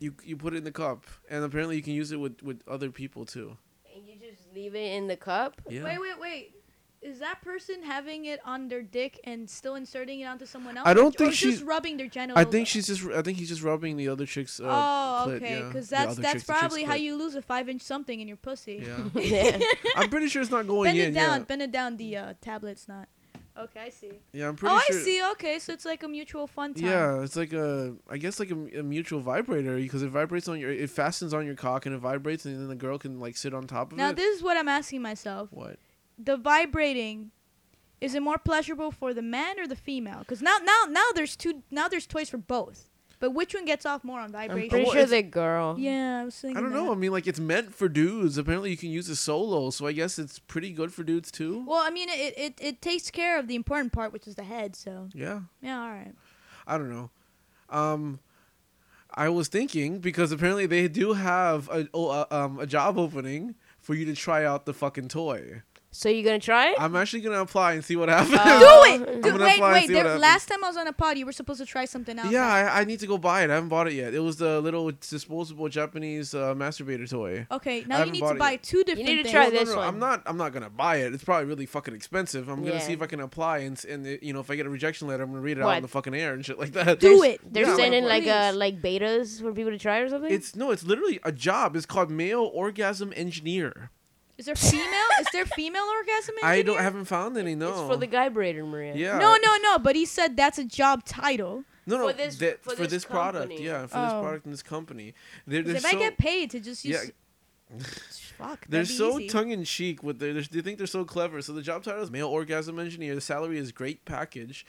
F: You you put it in the cup, and apparently you can use it with with other people too.
E: And you just leave it in the cup. <laughs>
F: Yeah.
D: Wait wait wait. Is that person having it on their dick and still inserting it onto someone else?
F: I don't
D: or
F: think
D: just
F: she's-
D: rubbing their genitals.
F: I think she's just. I think he's just rubbing the other chick's. Uh,
D: oh,
F: clit,
D: okay.
F: yeah.
D: Because
F: The
D: that's
F: other
D: that's
F: chick's- the chick's
D: probably how
F: clit.
D: you lose a five inch something in your pussy.
F: <laughs> Yeah,
E: Yeah.
F: I'm pretty sure it's not going
D: Oh. Bend
F: in.
D: it down.
F: Yeah.
D: Bend it down. The uh, tablet's not. Okay, I see.
F: yeah, I'm pretty
D: Oh,
F: sure.
D: I see. Okay, so it's like a mutual fun time.
F: Yeah, it's like a, I guess like a, a mutual vibrator because it vibrates on your, it fastens on your cock and it vibrates and then the girl can like sit on top of
D: Now
F: it.
D: this is what I'm asking myself:
F: what?
D: the vibrating, is it more pleasurable for the man or the female? Because now, now, now there's two. Now there's toys for both. But which one gets off more on vibration?
E: Pretty
F: Well,
E: sure
F: it's-
E: the girl.
D: yeah, I was thinking.
F: I don't know. I
D: that.
F: mean, like it's meant for dudes. Apparently, you can use a solo, so I guess it's pretty good for dudes too.
D: Well, I mean, it, it it takes care of the important part, which is the head. So
F: Yeah,
D: yeah, all right.
F: I don't know. Um, I was thinking because apparently they do have a oh, uh, um a job opening for you to try out the fucking toy.
E: So you gonna try it?
F: I'm actually gonna apply and see what <laughs> happens.
D: Do it.
F: I'm
D: Do,
F: gonna
D: wait,
F: apply and
D: wait.
F: see what
D: There,
F: happens.
D: last time I was on a pod, you were supposed to try something else.
F: Yeah, I, I need to go buy it. I haven't bought it yet. It was the little disposable Japanese uh, masturbator toy.
D: Okay.
F: I
D: Now you
F: haven't
D: need
F: bought
D: to
F: it
D: buy
F: yet.
D: two different
E: need to
D: things.
E: try
F: No,
E: this
F: no, no, I'm
E: one.
F: not. I'm not gonna buy it. It's probably really fucking expensive. I'm
E: Yeah.
F: gonna see if I can apply and s- and it- you know if I get a rejection letter, I'm gonna read it out
E: What?
F: in the fucking air and shit like that.
D: Do
E: There's-
D: it.
E: They're
F: Yeah, I'm
E: sending
F: gonna
E: like
F: play.
E: uh like betas for people to try or something.
F: It's no. It's literally a job. It's called male orgasm engineer.
D: Is there female? is there female orgasm?
F: I don't
D: engineer?
F: haven't found any. No.
E: It's for the guy Brader, Maria.
F: yeah.
D: No, no, no. But he said that's a job title.
F: No, no.
E: For this-
F: that-
E: for
F: for
E: this
F: this product.
E: company.
F: Yeah. For this
D: Oh.
F: product and this company. They're,
D: 'Cause
F: they're
D: if
F: so.
D: I get paid to just use,
F: yeah,
D: fuck,
F: They're
D: that'd be
F: so
D: easy.
F: tongue in cheek with their. they're- They think they're so clever. So the job title is male orgasm
D: <laughs>
F: engineer. The salary is great package.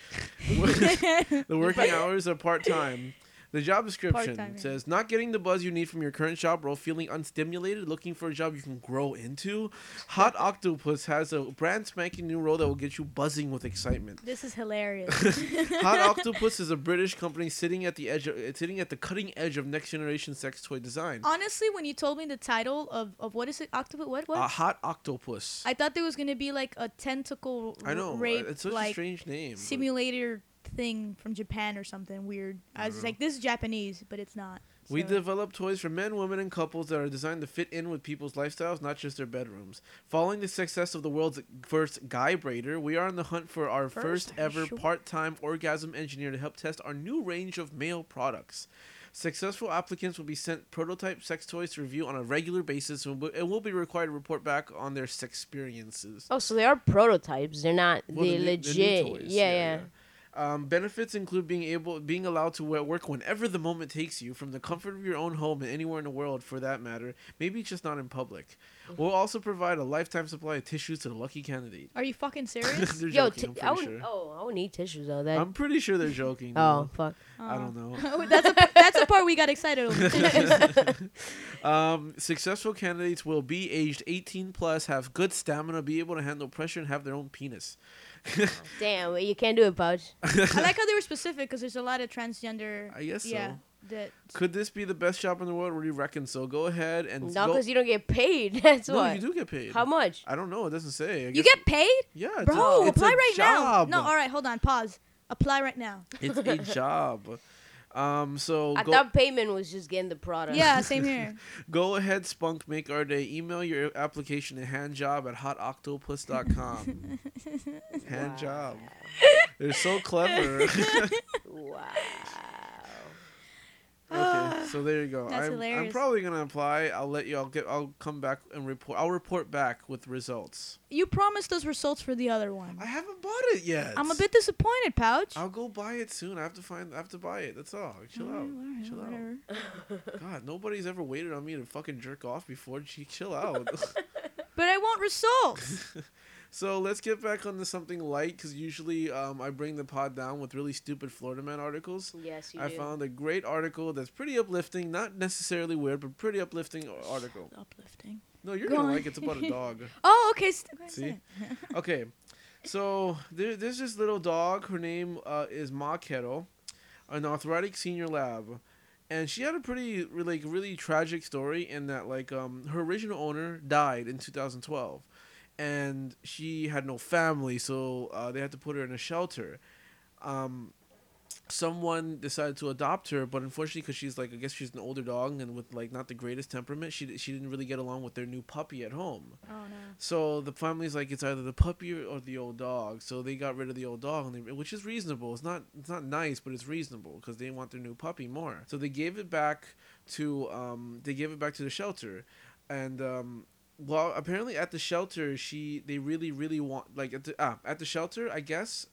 F: the working hours are part time. The job description
D: Part-timing.
F: says not getting the buzz you need from your current job role, feeling unstimulated, looking for a job you can grow into. Hot Octopus has a brand spanking new role that will get you buzzing with
D: <laughs>
F: excitement.
D: <laughs> This is hilarious.
F: <laughs> Hot Octopus is a British company sitting at the edge, of, it's sitting at the cutting edge of next generation sex toy design.
D: Honestly, when you told me the title of, of what is it, octopus? What what?
F: A hot octopus.
D: I thought there was gonna be like a tentacle
F: I, know. uh,
D: rape
F: it's such
D: like
F: a strange name. but-
D: simulator thing from Japan or something weird. I was just like, this is Japanese, but it's not.
F: Uh-huh. We
D: So-
F: develop toys for men, women, and couples that are designed to fit in with people's lifestyles, not just their bedrooms. Following the success of the world's first guy braider, we are on the hunt for our first,
D: First? Are you
F: ever
D: sure?
F: part-time orgasm engineer to help test our new range of male products. Successful applicants will be sent prototype sex toys to review on a regular basis and will, and will be required to report back on their sex experiences.
E: Oh, so they are prototypes. They're not
F: Well, the new-
E: the
F: the new
E: legit.
F: toys,
E: yeah,
F: yeah,
E: yeah.
F: yeah. Um, benefits include being able, being allowed to wear- work whenever the moment takes you, from the comfort of your own home and anywhere in the world, for that matter. Maybe just not in public.
E: Mm-hmm.
F: We'll also provide a lifetime supply of tissues to the lucky candidate. <laughs>
D: Are you fucking serious?
F: they're
E: Yo,
F: joking.
E: ti-
F: i
E: I
F: I'm
E: would.
F: pretty sure.
E: Oh, I would need tissues though. That.
F: I'm pretty sure they're joking.
E: oh,
F: though.
E: fuck.
F: I <laughs> don't know.
D: Uh-huh. Oh, that's a, that's the part we got
F: <laughs>
D: excited over. <laughs>
E: <laughs>
F: Um, successful candidates will be aged 18 plus, have good stamina, be able to handle pressure, and have their own penis.
E: Damn, you can't do it, pouch.
D: I like how they were specific because there's a lot of transgender.
F: I guess
D: yeah,
F: so.
D: That
F: Could this be the best job in the world? What do you reckon? So go ahead and
E: Not
F: go-
E: because you don't get paid. <laughs> That's
F: no,
E: why.
F: you do get paid.
E: How much?
F: I don't know. It doesn't say. I
D: you
F: guess-
D: get paid,
F: yeah, it's a-
D: bro.
F: it's a
D: apply right
F: job.
D: now. No, uh, all right, hold on, pause. Apply right now.
F: it's
D: <laughs>
F: a job. Um, so
E: I
F: go,
E: thought payment was just getting the
F: <laughs>
E: product.
D: Yeah, same here.
F: go ahead, Spunk, make our day. Email your application to handjob at
D: <laughs>
F: hotoctopus.com. handjob. They're so
D: <laughs>
F: clever.
E: Wow.
F: okay, so there you go.
D: That's
F: I'm, I'm
D: hilarious.
F: probably gonna apply. I'll let you. I'll get. I'll come back and report. I'll report back with results.
D: You promised us results for the other one.
F: I haven't bought it yet.
D: I'm a bit disappointed, Pouch.
F: I'll go buy it soon. I have to find. I have to buy it. That's all. Chill
D: Alright,
F: out.
D: alright,
F: Chill out.
D: whatever.
F: God, nobody's ever waited on me to fucking jerk off before. <laughs> Gee, chill out.
D: But I want results.
F: so let's get back onto something light, because usually um, I bring the pod down with really stupid Florida Man articles.
E: Yes, you
F: I
E: do.
F: found a great article that's pretty uplifting, not necessarily weird, but pretty uplifting ar- article.
D: Uplifting.
F: No, you're
D: Go
F: gonna
D: on.
F: like it. It's about a dog.
D: Oh, okay. st- okay,
F: See?
D: say
F: Okay, so there, there's this little dog. Her name uh, is Ma Kettle, an arthritic senior lab, and she had a pretty re- like really tragic story in that like um her original owner died in 2012, and she had no family, so uh, they had to put her in a shelter. Um, someone decided to adopt her, but unfortunately, because she's like, I guess she's an older dog and with like not the greatest temperament, she she didn't really get along with their new puppy at home.
D: it. Oh no.
F: So the family's like, it's either the puppy or the old dog. So they got rid of the old dog, and they, which is reasonable. It's not it's not nice, but it's reasonable because they want their new puppy more. So they gave it back to um they gave it back to the shelter, and um well apparently at the shelter she they really really want like at the ah, at the shelter I guess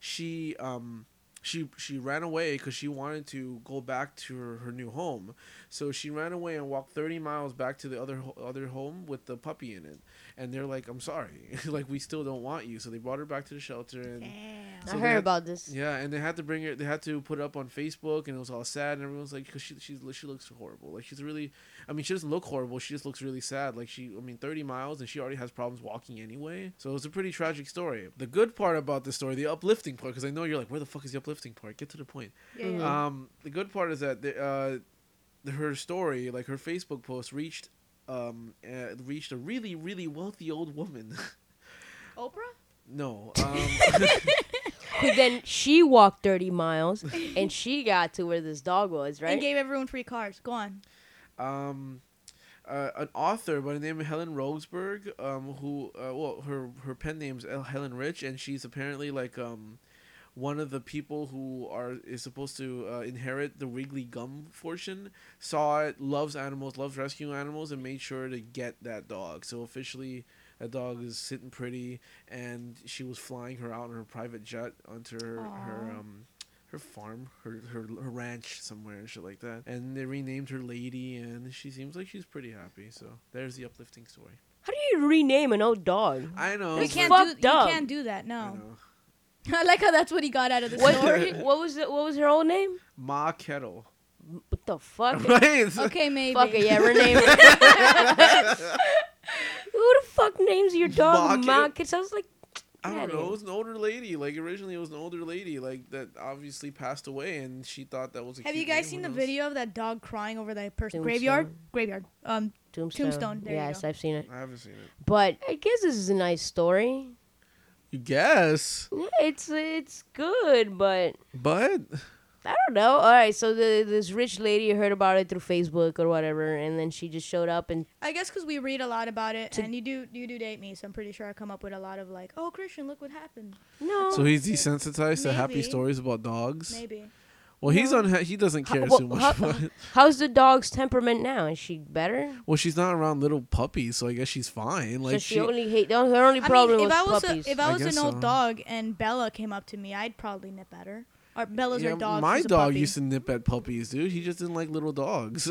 F: she um she she ran away because she wanted to go back to her, her new home so she ran away and walked 30 miles back to the other ho- other home with the puppy in it and they're like i'm sorry <laughs> like we still don't want you so they brought her back to the shelter and
D: Damn.
F: So
E: I
F: they
E: heard
F: had-
E: about this. <laughs>
F: yeah and they had to bring her they had to put it up on facebook and it was all sad and everyone's like because she, she she looks horrible like she's really i mean she doesn't look horrible she just looks really sad like she i mean 30 miles and she already has problems walking anyway so it was a pretty tragic story the good part about the story the uplifting part because i know you're like where the fuck is the uplifting part get to the point
D: Yeah, yeah.
F: um, the good part is that the, uh, the- her story, like her Facebook post, reached um, uh, reached a really really wealthy old woman. <laughs>
D: Oprah?
F: no, um,
E: Who then she walked 30 miles <laughs> and she got to where this dog was, right?
D: And gave everyone free cars. Go on.
F: um, uh, an author by the name of Helen Roseberg, um, who uh, well her her pen name's El- Helen Rich, and she's apparently like um, one of the people who are is supposed to uh, inherit the Wrigley gum fortune. Saw it, loves animals, loves rescuing animals, and made sure to get that dog. So officially. That dog is sitting pretty, and she was flying her out in her private jet onto her, her
D: Aw.
F: um her farm, her, her her ranch somewhere and shit like that. And they renamed her Lady, and she seems like she's pretty happy. So there's the uplifting story.
E: How do you rename an old dog?
F: I know.
D: We
F: but-
D: can't
E: fucked
D: do
E: up.
D: you can't do that.
F: Oh, I
D: No.
F: know.
D: <laughs> I like how that's what he got out of the
E: What,
D: story.
E: <laughs> what was the, what was her old name?
F: Ma Kettle.
E: What the
F: <laughs>
E: fuck?
F: Right?
D: <laughs> okay, maybe.
E: <laughs> fuck it, yeah, rename it.
F: <laughs>
E: <laughs> Who the fuck names your dog
F: Market.
E: Mark? It sounds like
F: I
E: Yeah,
F: don't know.
E: dude.
F: It was an older lady. Like originally, it was an older lady. Like that obviously passed away, and she thought that was. A
D: Have
F: cute
D: you guys
F: name,
D: seen
F: who
D: the
F: knows?
D: video of that dog crying over that person? Graveyard? Graveyard. Um,
E: Tombstone.
D: Tombstone, there you
E: yes,
D: go.
E: I've seen it.
F: I haven't seen it.
E: But I guess this is a nice story.
F: You guess,
E: Yeah, it's it's good, but
F: but
E: I don't know. All right, so the, this rich lady heard about it through Facebook or whatever, and then she just showed up and
D: I guess because we read a lot about it, and you do you do date me, so I'm pretty sure I come up with a lot of like, oh Christian, look what happened.
E: no.
F: so he's desensitized to happy
D: Maybe.
F: stories about dogs.
D: Maybe.
F: Well, he's on. He doesn't care
E: well,
F: too much
E: how-
F: about it.
E: How's the dog's temperament now? Is she better?
F: Well, she's not around little puppies, so I guess she's fine. Like
E: so she, only hate. the only- Her only
D: I
E: problem
D: mean, if
E: was
D: I was
E: puppies.
D: a, if
F: I
D: I was
F: guess
D: an old
F: so.
D: dog and Bella came up to me, I'd probably nip at her. Or Bella's
F: yeah,
D: her dog.
F: my
D: she's a
F: dog
D: puppy.
F: used to nip at puppies, dude. He just didn't like little dogs. <laughs>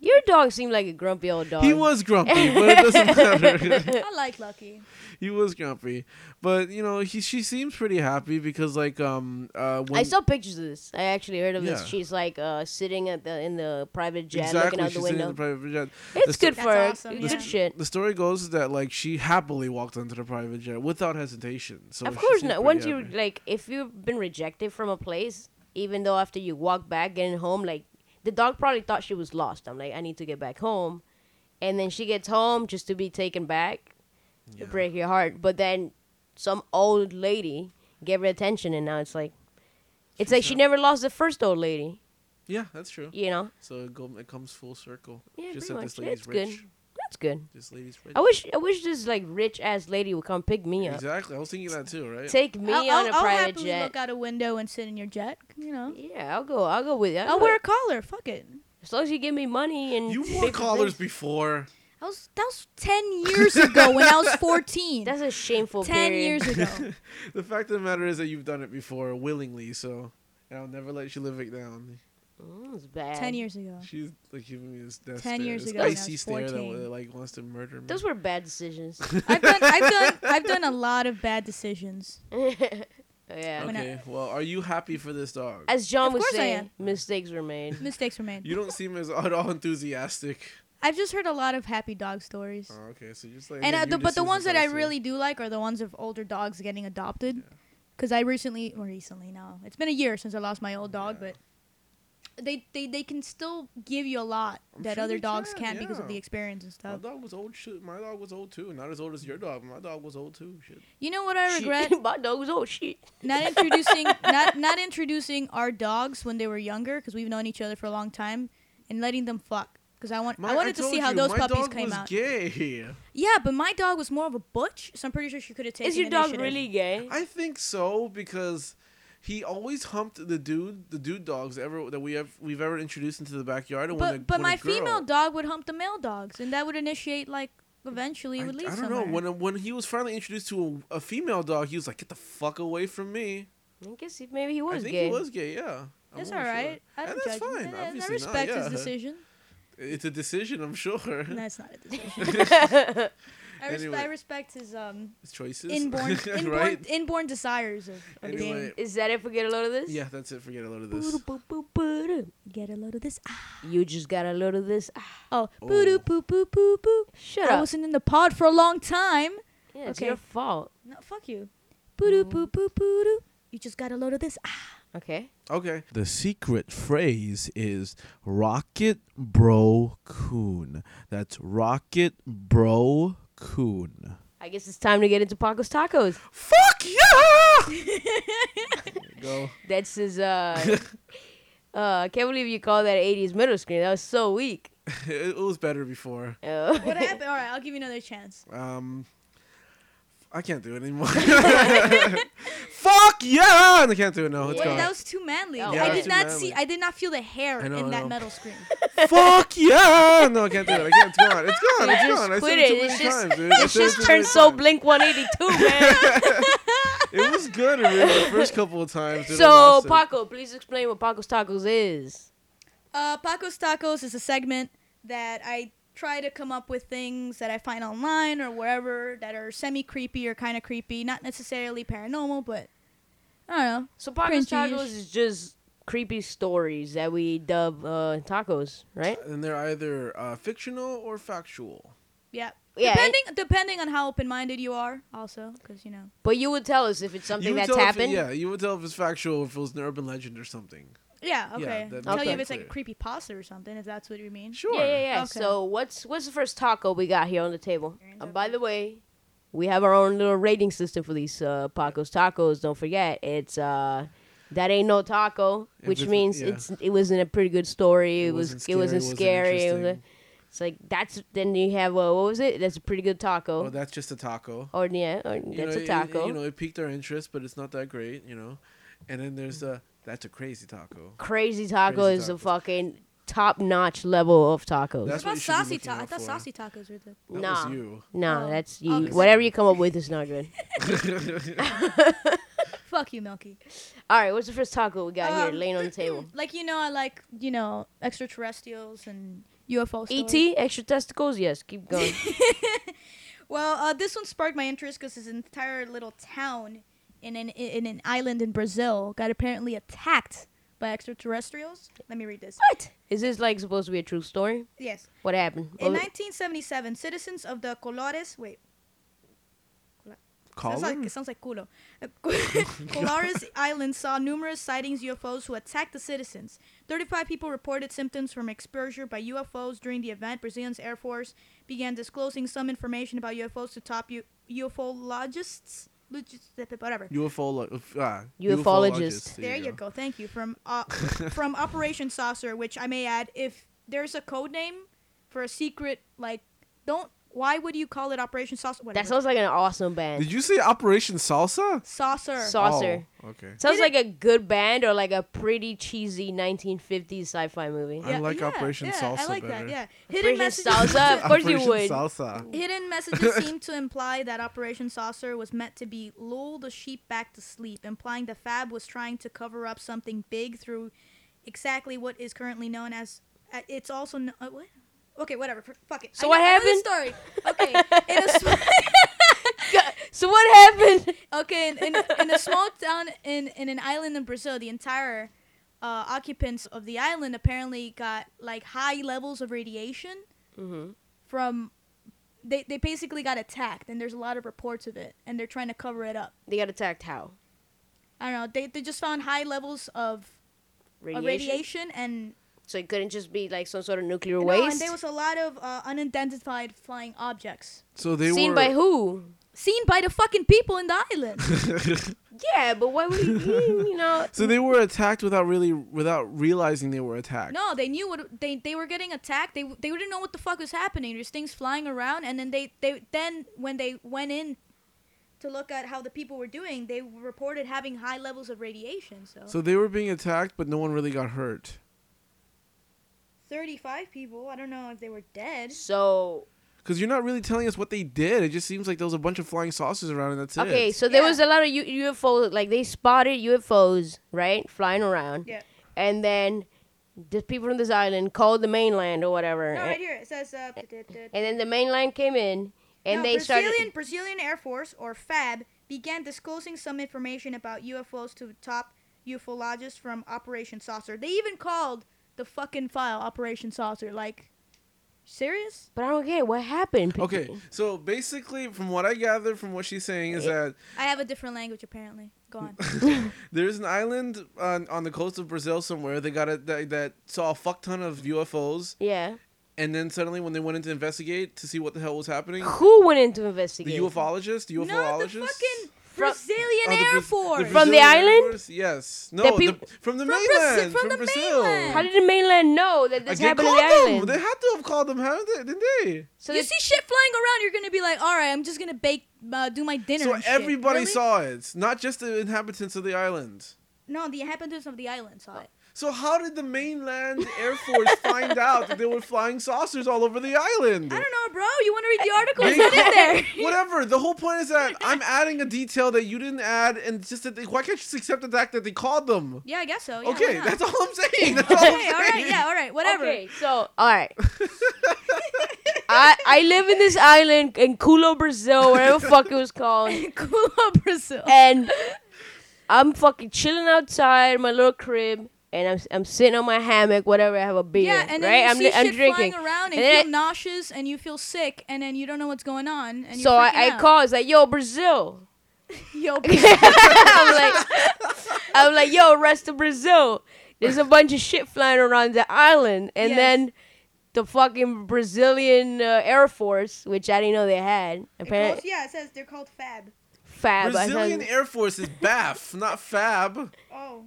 E: Your dog seemed like a grumpy old dog.
F: he was
D: <laughs>
F: grumpy, but it doesn't matter. <laughs>
D: <laughs> I like Lucky.
F: he was grumpy, but you know he she seems pretty happy because like um uh when
E: I saw pictures of this. I actually heard of
F: Yeah.
E: this. She's like uh, sitting at the in the private jet,
F: exactly
E: looking out
F: she's
E: the
F: sitting in
E: window.
F: the private jet. the
E: it's
F: sto-
E: good
D: That's
E: for her.
D: awesome,
E: Good
D: yeah.
E: shit.
F: The story goes is that like she happily walked onto the private jet without hesitation. So
E: Of
F: she
E: course
F: seems
E: not.
F: pretty
E: Once you
F: happy.
E: like, if you've been rejected from a place, even though after you walk back getting home, like the dog probably thought she was lost. I'm like, I need to get back home, and then she gets home just to be taken back. It break your heart, but then some old lady gave her attention, and now it's like, it's like she never lost the first old lady.
F: yeah, that's true.
E: You know?
F: So it, go, it comes full circle.
E: Yeah,
F: just
E: pretty
F: that
E: much.
F: this
E: Yeah,
F: lady's
E: it's
F: rich.
E: good. That's good.
F: This lady's rich.
E: I wish I wish this like rich ass lady would come pick me up.
F: Exactly. I was thinking that too, right?
E: Take me
D: I'll,
E: on
D: I'll-
E: a
D: I'll
E: private
D: happily
E: jet.
D: look out a window and sit in your jet. You know.
E: Yeah, I'll go. I'll go with you.
D: I'll wear a collar. Fuck it.
E: as long as you give me money and
F: you wore
E: paper
F: collars
E: plates.
F: before.
D: I was that was ten years ago when I was <laughs> fourteen.
E: That's a shameful.
D: ten
E: period.
D: years ago.
F: <laughs> The fact of the matter is that you've done it before willingly. So, and I'll never let you live it down.
E: Mm, it's bad.
D: ten years <laughs> ago.
F: She's like giving me this death
D: 10
F: stare,
D: years
F: this
D: ago when I
F: icy
D: was
F: stare that
D: 14.
F: uh, like wants to murder me.
E: Those were bad
F: <laughs>
E: decisions. <laughs>
D: I've done I've done I've done a lot of bad decisions.
E: Oh, yeah.
D: when I-
F: okay. well, are you happy for this dog?
E: As John
D: Of
E: was
D: course I
E: saying,
D: am.
E: mistakes were made.
D: Mistakes were made.
F: you don't seem as <laughs> at all enthusiastic.
D: I've just heard a lot of happy dog stories.
F: Oh, okay, so just like
D: and
F: yeah,
D: uh,
F: you
D: the, but
F: just
D: the
F: seem
D: ones that I
F: exhausted.
D: really do like are the ones of older dogs getting adopted. Because I recently, or recently now, it's been a year since I lost my old dog, but they, they they can still give you a lot
F: I'm
D: that
F: sure
D: other
F: they
D: dogs
F: can,
D: can't because of
F: yeah.
D: the experience and
F: My
D: stuff.
F: dog was old. Shit, my dog was old too. Not as old as your dog. but My dog was old too. Shit.
D: You know what I
F: <laughs>
E: Shit.
D: regret?
E: <laughs> My dog was oh shit.
D: not introducing not not introducing our dogs when they were younger because we've known each other for a long time and letting them fuck. Because I want
F: My,
D: I wanted to see
F: told
D: how
F: you,
D: those
F: my
D: puppies
F: dog
D: came
F: was
D: out.
F: Gay.
D: Yeah, but my dog was more of a butch, so I'm pretty sure she could have taken.
E: Is your dog
D: initiative.
E: really gay?
F: I think so because he always humped the dude, the dude dogs ever that we have we've ever introduced into the backyard. And when the,
D: But but
F: when
D: my
F: a girl,
D: female dog would hump the male dogs, and that would initiate like eventually it
F: I,
D: would lead
F: I don't
D: somewhere.
F: know when when he was finally introduced to a, a female dog, he was like, "Get the fuck away from me."
E: I guess he, maybe he was
F: I think
E: gay.
F: he
E: <laughs>
F: was gay. Yeah, I'm
D: That's all
F: almost sure.
D: right. I don't
F: and that's
D: judge him. Eh,
F: fine.
D: I- I,
F: obviously
D: respect
F: not, yeah. <laughs>
D: his decision.
F: It's a decision, I'm sure.
D: That's not a decision. I, res-
F: Anyway.
D: I respect his um
F: <laughs> It's choices. <laughs>
D: inborn inborn
F: right?
D: inborn desires of, of
F: Anyway.
D: being.
E: Is that it? Forget a load of this.
F: Yeah, that's it. Forget a lot of this.
E: Yeah.
D: Get a load of this. Ah.
E: You just got a load of this. Ah,
D: Oh, boo doo boo boo boo boo.
E: Shut
D: I
E: up.
D: wasn't in the pod for a long time.
E: Yeah, it's
D: Okay.
E: your fault.
D: No, fuck you. Boo doo boo boo boo doo. You just got a load of this. Ah.
E: Okay.
F: Okay. The secret phrase is Rocket Bro Coon. That's Rocket Bro Coon.
E: I guess it's time to get into Paco's Tacos.
F: Fuck
D: <laughs>
F: yeah! Go. <laughs>
E: That's his. uh Uh, I can't believe you called that 80s middle screen. That was so weak.
F: It was better before.
E: Uh, <laughs>
D: <laughs> What happened? All right, I'll give you another chance.
F: Um, I can't do it
D: <laughs>
F: anymore. <laughs> Fuck yeah! And I can't do it. No, it's
E: Wait,
D: Wait,
F: gone.
D: that was too manly.
E: Yeah,
D: I
F: that was
D: did
F: too
D: not
F: manly.
D: see. I did not feel the hair
F: I know,
D: in
F: I
D: that
F: know.
D: metal <laughs> screen.
F: Fuck yeah! <laughs> No, I can't do it. I can't. It's gone. It's gone.
E: You
F: It's
E: just
F: gone. I said
E: quit
F: it too
E: it.
F: many
E: It's just-
F: times, dude. I
E: it
F: said it
E: just
F: too many
E: turned so
F: times. <laughs>
E: Blink 182, man.
F: It was good really, the
E: <laughs>
F: first couple of times. dude, I
E: so,
F: lost it.
E: Paco, please explain what Paco's Tacos is.
D: Uh, Paco's Tacos is a segment that I try to come up with things that I find online or wherever that are semi creepy or kind of creepy, not necessarily paranormal, but I don't know.
E: So Paco's
D: Cringy-ish.
E: Tacos is just creepy stories that we dub uh, tacos, right?
F: And they're either uh, fictional or factual.
D: Yeah.
E: Yeah, and-
D: depending depending on how open minded you are, also, because you know.
E: But you would tell us if it's something
F: would
E: that's
F: tell if it-
E: happened.
F: yeah, you would tell if it's factual, or if it was an urban legend or something.
D: Yeah.
F: Yeah,
D: Okay.
F: that-
D: Tell you if
E: Okay.
D: it's like a creepy pasta or something, if that's what you mean.
F: Sure.
E: Yeah, yeah, yeah.
D: Okay.
E: So what's what's the first taco we got here on the table? And by the way, we have our own little rating system for these uh, Paco's tacos. Don't forget, it's uh, that ain't no taco,
F: If
E: which
F: it's-
E: means
F: yeah.
E: it's it wasn't a pretty good story. It,
F: It
E: was
F: wasn't
E: it wasn't
F: scary,
E: scary.
F: it wasn't
E: It was a-
F: interesting.
E: it's like that's then you have uh, what was it? That's a pretty good taco.
F: Oh, that's just a taco.
E: or yeah, or
F: You
E: that's
F: know,
E: a
F: it-
E: taco.
F: It, you know, it piqued our interest, but it's not that great. You know, and then there's the that's a crazy taco.
E: Crazy taco
F: Crazy
E: is a
F: tacos.
E: fucking top notch level of tacos.
F: That's what
D: What about
F: you should be
D: saucy
F: looking
D: tacos? I
F: out
D: thought
F: for.
D: saucy tacos were the.
F: That
E: Nah.
F: was you.
E: no,
D: Oh,
E: that's you.
D: obviously.
E: Whatever you come up with is not good. <laughs>
F: <laughs>
D: Fuck you, Milky.
E: All right, what's the first taco we got here
D: Um,
E: laying on the table?
D: Like you know, I like you know extraterrestrials and UFO. Stories.
E: ET, E extra testicles? Yes, keep going.
D: Well, uh, this one sparked my interest because this entire little town in an in an island in Brazil got apparently attacked by extraterrestrials. Let me read this. What?
E: Is this like supposed to be a true story?
D: Yes.
E: What happened?
D: In
E: Oh,
D: 1977, citizens of the Colores. Wait.
F: Call
D: Sounds like,
F: him?
D: it sounds like culo. <laughs> Oh Colares Island saw numerous sightings UFOs who attacked the citizens. 35 people reported symptoms from exposure by UFOs during the event. Brazilian's Air Force began disclosing some information about UFOs to top U- ufologists. Logis- Whatever.
F: UFO, lo- uh, ah,
E: Ufologist.
F: ufologist.
D: There you go. Thank you. From <laughs> uh, from Operation Saucer, which I may add, if there's a code name for a secret, like, don't. Why would you call it Operation Saucer?
E: that
D: Whatever.
E: sounds like an awesome
F: Did
E: band.
F: you say Operation Salsa?
D: Saucer.
E: Saucer.
F: Oh, okay.
E: Sounds
D: Did
E: like a good band or like a pretty cheesy 1950s sci-fi movie.
D: <laughs>
F: I like Operation
D: I
F: Salsa
D: like
F: better.
D: that. Yeah.
E: Operation
D: Hidden messages.
E: Salsa, of course you
F: Operation
E: would.
F: Salsa. <laughs>
D: <laughs> Hidden messages seem to imply that Operation Saucer was meant to be lull the sheep back to sleep, implying the Fab was trying to cover up something big through exactly what is currently known as. uh, It's also kn- uh, what? Okay, whatever. f- Fuck it.
E: So
D: I
E: what
D: know- I know the story. Okay, in a sm-
E: So what happened? <laughs>
D: okay, in, in, in a small town in, in an island in Brazil, the entire uh, occupants of the island apparently got like high levels of radiation
E: Mm-hmm.
D: from. They, they basically got attacked, and there's a lot of reports of it, and they're trying to cover it up.
E: They got attacked how?
D: I don't know. They, they just found high levels of
E: Radiation?
D: of radiation, and,
E: So it couldn't just be like some sort of nuclear
D: no,
E: waste?
D: and there was a lot of uh, unidentified flying objects
F: So they
E: Seen
F: were
E: by who?
D: seen by the fucking people in the
E: <laughs>
D: island.
E: Yeah, but why would you,
F: <laughs>
E: you know?
F: So they were attacked without really without realizing they were attacked.
D: No, they knew what they they were getting attacked. They they didn't know what the fuck was happening. There's things flying around, and then they they then when they went in to look at how the people were doing, they reported having high levels of radiation. So,
F: So they were being attacked, but no one really got hurt.
D: 35 people. I don't know if they were dead.
E: So
F: Because you're not really telling us what they did. It just seems like there was a bunch of flying saucers around, and that's
E: Okay,
F: it.
E: so there
D: Yeah.
E: was a lot of U- UFO, like they spotted UFOs, right, flying around.
D: Yeah.
E: And then the people from this island called the mainland or whatever.
D: No,
E: a-
D: right here it says. Uh,
E: And then the mainland came in, eh, and
D: No,
E: they
D: Brazilian
E: started.
D: Brazilian Air Force or FAB began disclosing some information about UFOs to top ufologists from Operation Saucer. They even called the fucking file Operation Saucer. Like, serious?
E: But I don't get it, what happened.
F: <laughs> Okay, so basically, from what I gather from what she's saying
E: Eh?
F: is that
D: I have a different language apparently.
F: <laughs>
D: Go on.
F: there's an island on, on the coast of Brazil somewhere that got a, that, that saw a fuck ton of UFOs,
E: Yeah.
F: and then suddenly when they went in to investigate to see what the hell was happening,
E: Who went in to
F: the
E: investigate?
F: ufologist, the ufologist,
D: Oh, no, the fucking
E: From-
D: Brazilian
F: Oh, the
D: Air
F: Braz-
D: Force.
E: From the
F: Brazilian Air
E: island?
F: Force? Yes. No,
E: peop-
F: the- from the
D: From Brazil-
F: mainland.
D: from
F: from
D: the
F: Brazil.
D: mainland.
E: How did the mainland know that
F: Like,
E: this
F: they
E: happened on
F: called
E: the
F: them.
E: island?
F: They had to have called them, haven't they? Didn't they?
E: so
D: you
E: they-
D: see shit flying around, you're gonna be like, all right, I'm just gonna bake, uh, do my dinner.
F: So
D: and shit."
F: everybody
D: Really?
F: saw it, not just the inhabitants of the island.
D: No, the inhabitants of the island saw it.
F: So how did the mainland Air Force
D: <laughs>
F: find out that there were flying saucers all over the island?
D: I don't know, bro. You want to
E: <laughs>
D: read the article?
F: They
D: It's not in there.
F: <laughs> call- Whatever. The whole point is that I'm adding a detail that you didn't add, and it's just that they, why can't you just accept the fact that they called them?
D: Yeah, I guess so. Yeah, why
F: okay,
D: not?
F: that's all I'm
D: <laughs>
F: saying. That's all I'm
D: Okay,
F: saying.
D: all right, yeah, all right, whatever. <laughs>
E: Okay, so all
F: <laughs>
E: right. I I live in this island in Culo, Brazil, whatever the fuck it was called.
D: Culo Brazil.
E: and I'm fucking chilling outside my little crib, and I'm I'm sitting on my hammock, whatever. I have a beer,
D: yeah, and then
E: right?
D: you
E: I'm
D: see
E: I'm
D: shit
E: drinking.
D: flying around and,
E: And
D: you
E: then
D: feel nauseous and you feel sick and then you don't know what's going on. And you're
E: So I,
D: freaking
E: I
D: out.
E: call. It's like, yo, Brazil.
D: <laughs>
E: <laughs>
D: Yo,
E: I'm like, I'm like, yo, rest of Brazil. There's a bunch of shit flying around the island, and
D: Yes.
E: then the fucking Brazilian uh, Air Force, which I didn't know they had. Apparently,
D: yeah, it says they're called Fab.
E: fab. I
F: Brazilian
E: found-
F: Air Force is BAF, not FAB.
D: Oh.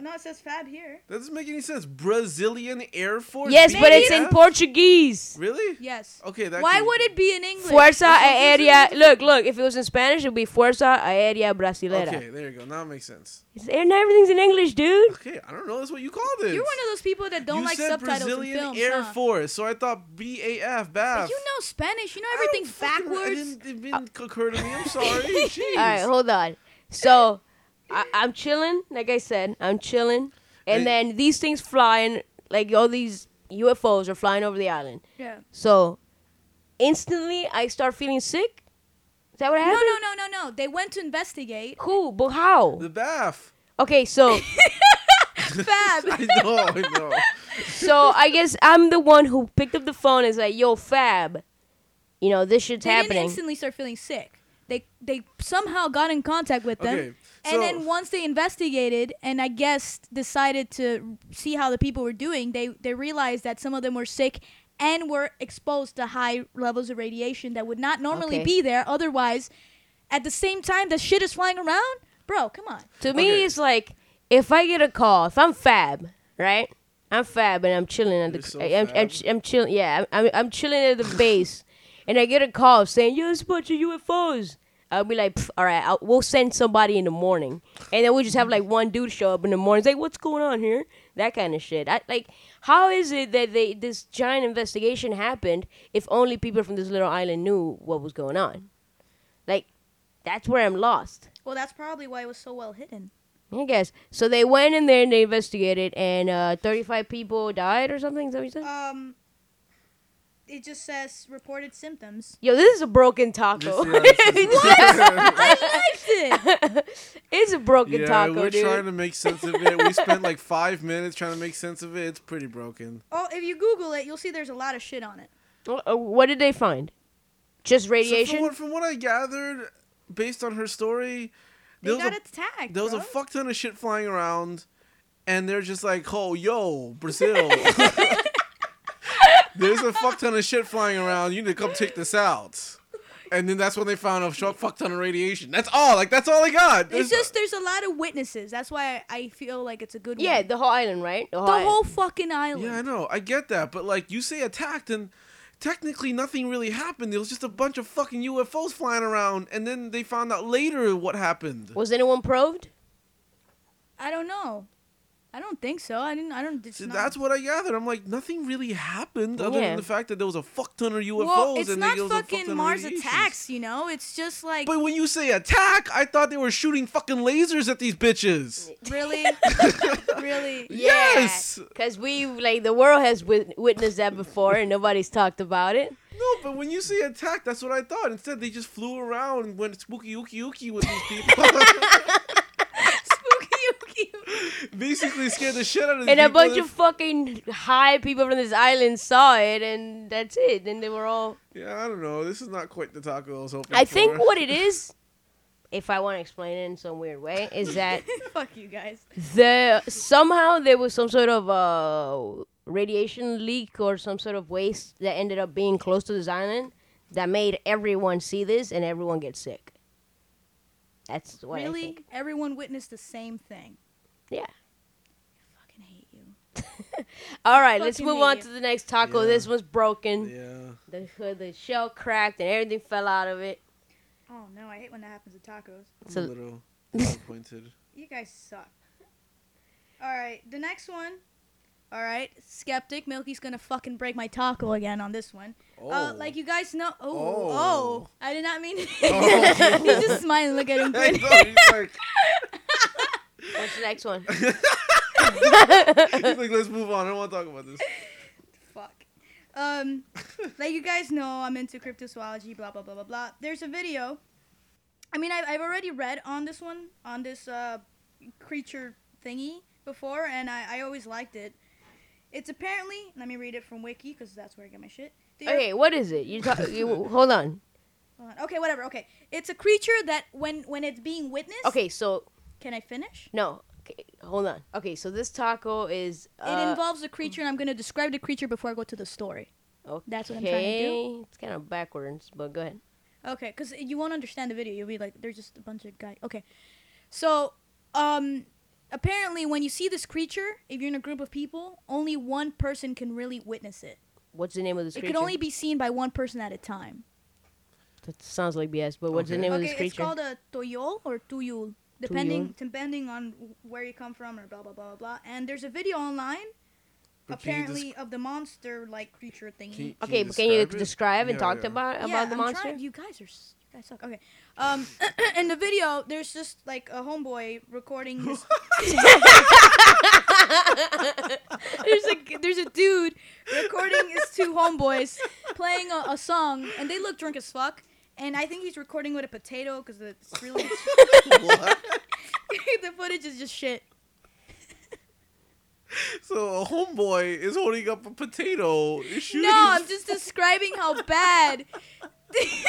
D: No, it says Fab here.
F: That doesn't make any sense. Brazilian Air Force.
E: yes, but it's in
F: BAF?
E: Portuguese.
F: Really?
D: Yes.
F: Okay. Oh, That
D: Why
F: could-
D: would it be in English?
E: Fuerza Aérea. Look, look. If it was in Spanish, it'd be Fuerza Aérea Brasilera.
F: Okay, there you go. Now it makes sense.
E: It's- And everything's in English, dude.
F: Okay, I don't know. That's what you called it.
D: You're one of those people that don't
F: you
D: like
F: said
D: subtitles
F: Brazilian
D: in films,
F: Air
D: huh?
F: Force, so I thought BAF, BAF.
D: But you know Spanish. You know
F: I don't
D: everything
F: fucking-
D: backwards.
F: It didn't, it didn't occur to
D: <laughs>
F: me. I'm sorry. Jeez.
E: All right, hold on. So I, I'm chilling, like I said, I'm chilling, and
F: Hey.
E: then these things flying, like all these UFOs are flying over the island.
D: yeah.
E: So instantly, I start feeling sick. Is that what
D: No,
E: happened?
D: no, no, no, no. They went to investigate.
E: Who? But how?
F: The BAF.
E: Okay,
F: <laughs>
E: so
D: Fab.
F: I know. I
D: <laughs>
F: know.
E: so I guess I'm the one who picked up the phone and is like, "Yo, Fab, you know this shit's
D: they didn't
E: happening."
D: instantly start feeling sick. They they somehow got in contact with them,
F: Okay, so-
D: and then once they investigated and I guess decided to see how the people were doing, they they realized that some of them were sick and were exposed to high levels of radiation that would not normally
E: Okay.
D: be there otherwise. At the same time, the shit is flying around, bro. Come on.
E: To me,
F: Okay.
E: it's like if I get a call, if I'm fab, right? I'm fab and I'm chilling at the.
F: You're so
E: I'm, I'm,
F: fab.
E: I'm chilling. Yeah, I'm, I'm, I'm chilling at the base, and I get a call saying, "Yo, it's a bunch of UFOs." I'll be like, "Pff, "All right, I'll, we'll send somebody in the morning," and then we just have like one dude show up in the morning. It's like, "What's going on here?" That kind of shit. I like. How is it that they this giant investigation happened if only people from this little island knew what was going on? Like, that's where I'm lost.
D: Well, that's probably why it was so well hidden.
E: I guess. So they went in there and they investigated, and uh, 35 people died or something. Is that what you said?
F: Uh,
D: Um, it just says reported symptoms.
E: Yo, this is a broken taco.
F: This- yeah, this is- <laughs>
D: <laughs>
E: <laughs> it's a broken
F: yeah,
E: taco,
F: we're
E: dude.
F: trying to make sense of it. We spent
D: <laughs>
F: like five minutes trying to make sense of it. It's pretty broken.
D: Oh, if you Google it, you'll see there's a lot of shit on it.
E: Uh, uh, what did they find? Just
F: So
E: radiation?
F: from, what, from what I gathered, based on her story,
D: They
F: there was,
D: got
F: a,
D: attacked.
F: there was a
D: bro.
F: fuck ton of shit flying around, and they're just like, "Oh, yo,
D: <laughs>
F: Brazil." There's a fuck ton of shit flying around. You need to come take this out. And then that's when they found a sh- fuck ton of radiation. That's all. Like that's all I got.
D: It's
F: There's-
D: just there's a lot of witnesses. That's why I, I feel like it's a good
E: yeah,
D: one.
E: the whole island, right?
D: the
E: island.
D: whole fucking island.
F: Yeah, I know. I get that, but like you say attacked and technically nothing really happened. It was just a bunch of fucking UFOs flying around and then they found out later what happened.
E: Was anyone probed?
D: I don't know. I don't think so. I didn't. I don't. It's
F: See,
D: not-
F: that's what I gathered. I'm like, nothing really happened other
E: Yeah.
F: than the fact that there was a fuck ton of UFOs
D: Well, it's
F: and
D: not
F: there was a fuck
D: fucking
F: ton
D: Mars
F: of radiations.
D: attacks. You know, it's just like
F: But <laughs> when you say attack, I thought they were shooting fucking lasers at these bitches. <laughs>
D: really, really.
F: Yes.
E: Because we, like, the world has wit- witnessed that before and nobody's talked about it.
F: No, but when you say attack, that's what I thought. Instead, they just flew around and went spooky ooky ooky with these
D: <laughs>
F: people.
D: <laughs>
F: <laughs>
D: Spooky, ooky.
F: Basically, scared the shit out of these
E: And a
F: people
E: bunch
F: that-
E: of fucking high people from this island saw it, and that's it. And they were all
F: Yeah, I don't know. This is not quite the taco I was hoping
E: I think
F: for.
E: what
F: <laughs>
E: it is, if I want to explain it in some weird way, is that
D: <laughs> Fuck you guys.
E: the somehow there was some sort of uh, radiation leak or some sort of waste that ended up being close to this island that made everyone see this and everyone get sick. That's what I
D: really,
E: think.
D: everyone witnessed the same thing.
E: Yeah.
D: I fucking hate you.
E: All right, let's
D: Fucking
E: move
D: hate
E: on
D: you.
E: to the next taco.
F: Yeah.
E: This one's broken.
F: Yeah.
E: The The the shell cracked and everything fell out of it.
D: Oh no, I hate when that happens with tacos.
E: It's a-
F: I'm a
D: <laughs>
F: little disappointed.
D: You guys suck. All right, the next one. All right, skeptic Milky's gonna fucking break my taco again on this one.
F: Oh.
D: Uh, like you guys know. Oh, oh,
F: Oh.
D: I did not mean. <laughs> He's
F: Oh.
D: just smiling, look
F: <laughs>
D: at him.
F: <laughs> I
D: grin.
F: know, he's like,
E: What's the
F: <laughs>
E: next one?
F: he's like, let's move on. I don't want to talk about this.
D: Fuck. Um, like you guys know, I'm into cryptozoology. Blah blah blah blah blah. There's a video I mean, I've, I've already read on this one, on this uh, creature thingy before, and I, I always liked it. It's apparently, let me read it from Wiki, because that's where I get my shit. They are-
E: Okay, what is it? You, talk, you hold on.
D: hold on. Okay, whatever, okay. It's a creature that, when, when it's being witnessed.
E: Okay, so
D: Can I finish?
E: no, okay, hold on. Okay, so this taco is
D: it
E: uh,
D: involves a creature, and I'm going to describe the creature before I go to the story.
E: Okay,
D: That's what I'm trying to do.
E: It's kind of backwards, but go ahead.
D: Okay, because you won't understand the video. You'll be like, there's just a bunch of guys. Okay. So, um, apparently, when you see this creature, if you're in a group of people, only one person can really witness it.
E: What's the name of this
D: It
E: creature?
D: could only be seen by one person at a time.
E: That sounds like BS, but what's the
F: Okay.
E: name of
D: Okay,
E: this
D: it's
E: creature?
D: called a toyol or tuyul, depending depending on where you come from or blah blah blah blah blah. And there's a video online,
F: But can you
D: apparently, of the monster-like creature thingy.
F: Can you-
E: okay, but can you
F: it?
E: describe and
F: Yeah,
E: talk
F: yeah. <laughs>
E: about about the
D: I'm
E: monster?
D: trying- you guys are s- you guys suck. Okay. Um, <clears throat> in the video, there's just like a homeboy recording
E: <laughs>
D: his. there's a there's a dude recording his two homeboys playing a, a song, and they look drunk as fuck. And I think he's recording with a potato because it's
E: <laughs>
D: really <laughs> the footage is just shit.
F: So a homeboy is holding up a potato. is Shooting
D: No,
F: his-
D: I'm just describing how
E: <laughs>
D: bad. <laughs>
E: <laughs> I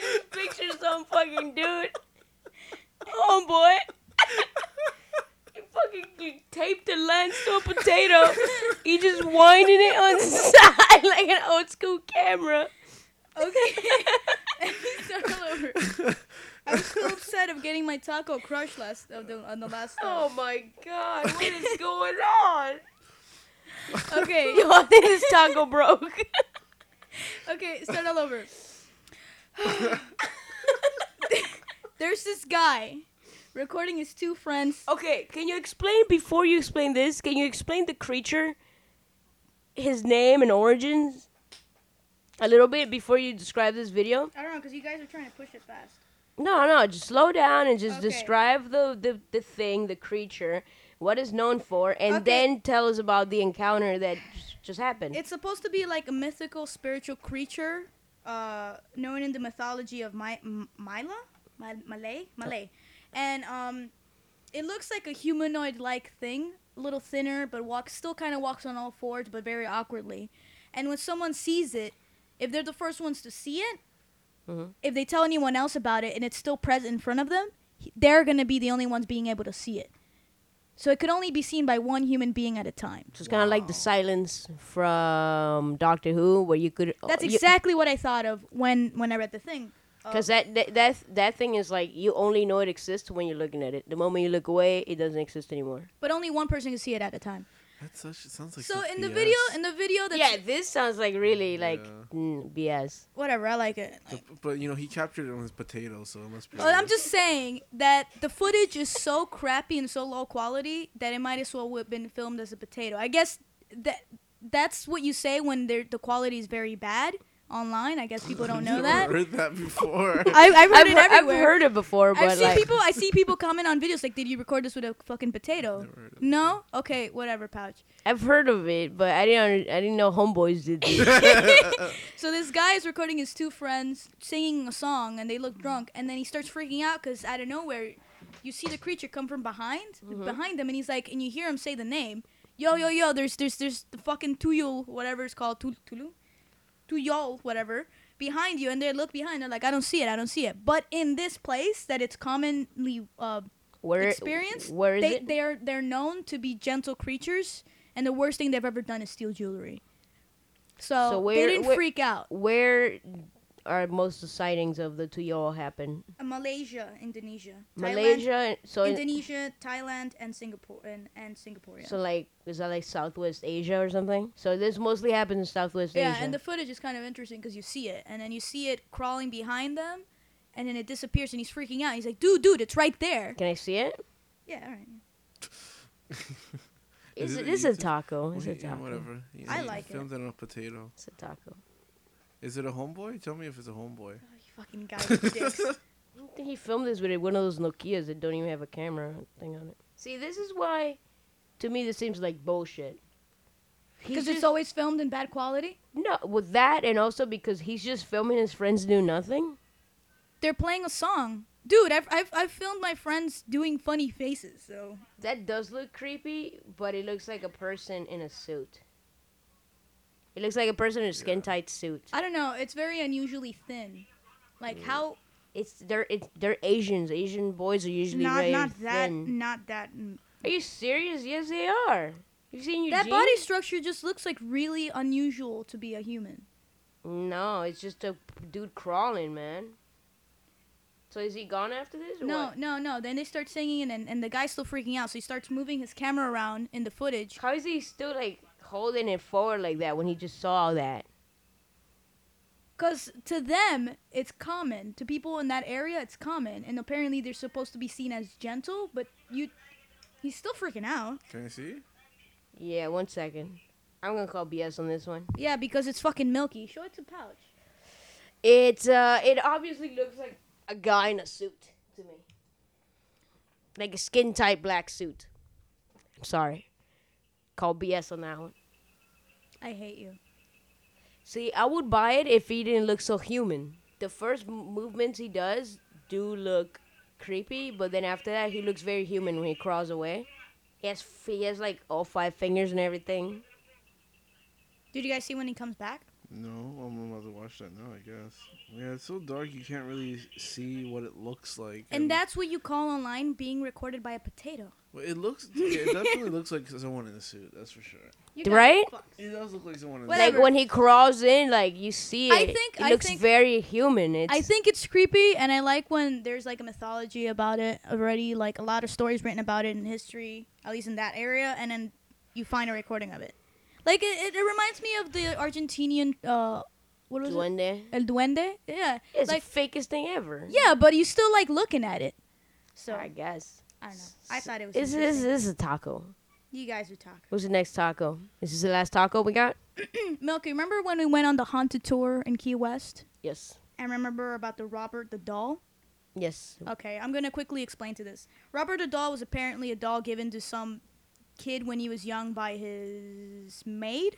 E: just picture some fucking dude, <laughs> homeboy. <laughs> he fucking taped the lens to a potato. He just winding it on the <laughs> side like an old school camera. <laughs>
D: Okay. <laughs> Start all over. I was so upset of getting my taco crushed last of the, on the last.
E: Oh my god, what is going on? <laughs>
D: Okay, <laughs>
E: Yo, I think this taco broke.
D: okay, start all <laughs> over. There's this guy recording his two friends.
E: <laughs> okay, can you explain before you explain this? Can you explain the creature, his name and origins, a little bit before you describe this video?
D: I don't know, cause you guys are trying to push it fast.
E: No, no, just slow down and just
D: Okay.
E: describe the, the the thing, the creature, what it's known for, and
D: Okay.
E: then tell us about the encounter that j- just happened.
D: It's supposed to be like a mythical spiritual creature, uh, known in the mythology of My- M- Myla, My- Malay, Malay, and um, it looks like a humanoid-like thing, a little thinner, but walks still kind of walks on all fours, but very awkwardly. And when someone sees it, if they're the first ones to see it,
E: Mhm.
D: if they tell anyone else about it and it's still present in front of them, he- they're gonna be the only ones being able to see it. So it could only be seen by one human being at a time.
E: just kind of like the silence from Doctor Who, where you could.
F: Oh,
D: That's exactly what I thought of when when I read the thing.
E: because that, that that that thing is like you only know it exists when you're looking at it. The moment you look away, it doesn't exist anymore.
D: But only one person can see it at a time.
F: <laughs> That's such, it sounds like
D: So
F: such
D: in the
F: BS.
D: video, in the video, that's
E: yeah, this sounds like really like
F: Yeah.
E: mm, BS.
D: whatever. I like it.
F: The- but you know he captured it on his potato, so it must be.
D: Well, Oh, I'm just <laughs> saying that the footage is so crappy and so low quality that it might as well have been filmed as a potato. I guess that that's what you say when they're- the quality is very bad online. I guess people don't know
F: <laughs> Never
D: that.
F: Heard that
D: <laughs>
F: before.
D: I, I've heard
E: I've,
D: it
E: heard- I've
D: everywhere.
E: heard it before, but
D: I've seen
E: like
D: people. I <laughs> see people comment on videos like, "Did you record this with a fucking potato?"
F: Never heard of it.
D: No. Okay. Whatever. Pouch.
E: I've heard of it, but I didn't I didn't know homeboys did this.
D: So this guy is recording his two friends singing a song, and they look drunk, and then he starts freaking out because out of nowhere, you see the creature come from behind,
E: Mm-hmm.
D: behind them, and he's like, and you hear him say the name, yo yo yo. There's there's there's the fucking Tuyul, whatever it's called, Tul- Tulu, Tuyol, whatever, behind you, and they look behind, they're like, I don't see it, I don't see it. But in this place that it's commonly uh,
E: <laughs> Where
D: experienced,
E: Where is
D: they,
E: it?
D: they are they're known to be gentle creatures, and the worst thing they've ever done is steal jewelry. So,
E: So
D: they
E: where-
D: didn't
E: where-
D: freak out.
E: Where are most of the sightings of the Tuyol happen?
D: Uh, Malaysia, Indonesia,
E: Malaysia. So
D: Thailand,
E: in-
D: Indonesia, Thailand, and Singapore, and, and Singapore. Yeah,
E: so like is that like Southwest Asia or something? So this mostly happens in Southwest
D: yeah
E: Asia.
D: and the footage is kind of interesting because you see it, and then you see it crawling behind them, and then it disappears, and he's freaking out. He's like, "Dude, dude, it's right there."
E: Can I see it?
D: Yeah, all right.
E: Is,
F: Is
E: it,
F: it
E: this is a
F: YouTube?
E: taco? Is
F: Well,
E: it a
F: yeah,
E: taco?
F: whatever. Yeah,
D: I
F: he
D: like it.
F: Filmed it on a potato.
E: It's a taco.
F: Is it a homeboy? Tell me if it's a homeboy.
D: Oh, you fucking <laughs> guys, are dicks.
E: I don't think he filmed this with a- one of those Nokia's that don't even have a camera thing on it. See, this is why, to me, this seems like bullshit.
D: because
E: just-
D: it's always filmed in bad quality.
E: No, with that and also because he's just filming his friends do nothing.
D: They're playing a song, dude. I've I've, I've filmed my friends doing funny faces. So
E: That does look creepy, but it looks like a person in a suit. It looks like a person in a skin tight suit.
D: I don't know. It's very unusually thin.
E: Mm.
D: Like how
E: It's they're it's, they're Asians. Asian boys are usually
D: not
E: very
D: not that
E: thin.
D: not that. mm.
E: Are you serious? Yes, they are. You've seen your
D: That body structure just looks like really unusual to be a human.
E: No, it's just a dude crawling, man. So is he gone after this? Or
D: No,
E: what?
D: no, no. Then they start singing, and, and the guy's still freaking out. So he starts moving his camera around in the footage.
E: How is he still like holding it forward like that when he just saw that?
D: Because to them, it's common. To people in that area, it's common. And apparently, they're supposed to be seen as gentle, but you. He's still freaking out.
F: <laughs> Can I see?
E: Yeah, one second. I'm gonna call BS on this one.
D: Yeah, because it's fucking milky. Show it to Pouch.
E: It's uh, it obviously looks like a guy in a suit to me, like a skin tight black suit. I'm sorry, call BS on that one.
D: I hate you.
E: See, I would buy it if he didn't look so human. The first m- movements he does do look creepy, but then after that, he looks very human when he crawls away. He has f- he has like all five fingers and everything.
D: Did you guys see when he comes back?
F: No, I'm about to watch that now. I guess. Yeah, it's so dark you can't really see what it looks like.
D: And that's what you call online being recorded by a potato.
F: Well, it looks. Yeah, it definitely looks like someone in a suit. That's for sure.
E: Right?
F: It does look like someone in a
D: Whatever.
E: Like when he crawls in, like you see it.
D: I think-
E: it
D: I
E: looks
D: think-
E: very human. It's,
D: I think it's creepy, and I like when there's like a mythology about it already, like a lot of stories written about it in history, at least in that area, and then you find a recording of it. Like it, it, it reminds me of the Argentinian, uh, what was it?
E: Duende.
D: El Duende. Yeah,
E: It's
D: like
E: the fakest thing ever.
D: yeah, but you still like looking at it. So
E: I guess.
D: I don't know. I thought it was.
E: This is
D: interesting.
E: this is a taco.
D: you guys would talk. Hmm,
E: What's the next taco? Is this the last taco we got?
D: Milky, remember when we went on the haunted tour in Key West?
E: Yes.
D: And remember about the Robert the doll?
E: Yes.
D: Okay, I'm gonna quickly explain to this. Robert the doll was apparently a doll given to some kid when he was young by his maid,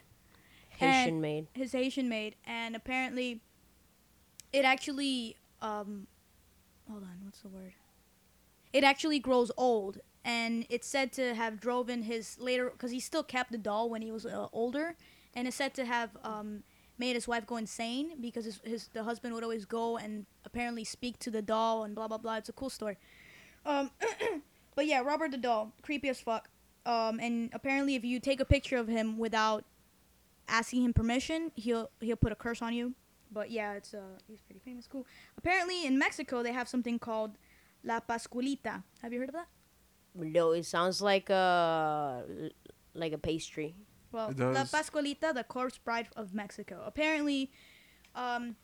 E: Haitian
D: And-
E: made.
D: his Haitian maid, and apparently, it actually um, hold on, what's the word? It actually grows old, and it's said to have driven his later because he still kept the doll when he was uh, older, and it's said to have um. Made his wife go insane because his, his the husband would always go and apparently speak to the doll and blah blah blah. It's a cool story. Um, <clears throat> but yeah, Robert the doll, creepy as fuck. Um, and apparently, if you take a picture of him without asking him permission, he'll he'll put a curse on you. But yeah, it's uh, he's pretty famous. Cool. Apparently, in Mexico, they have something called La Pasculita. Have you heard of that?
E: No, it sounds like a like a pastry.
D: Well,
F: It
D: La
F: does.
D: Pascualita, the corpse bride of Mexico. Apparently, um,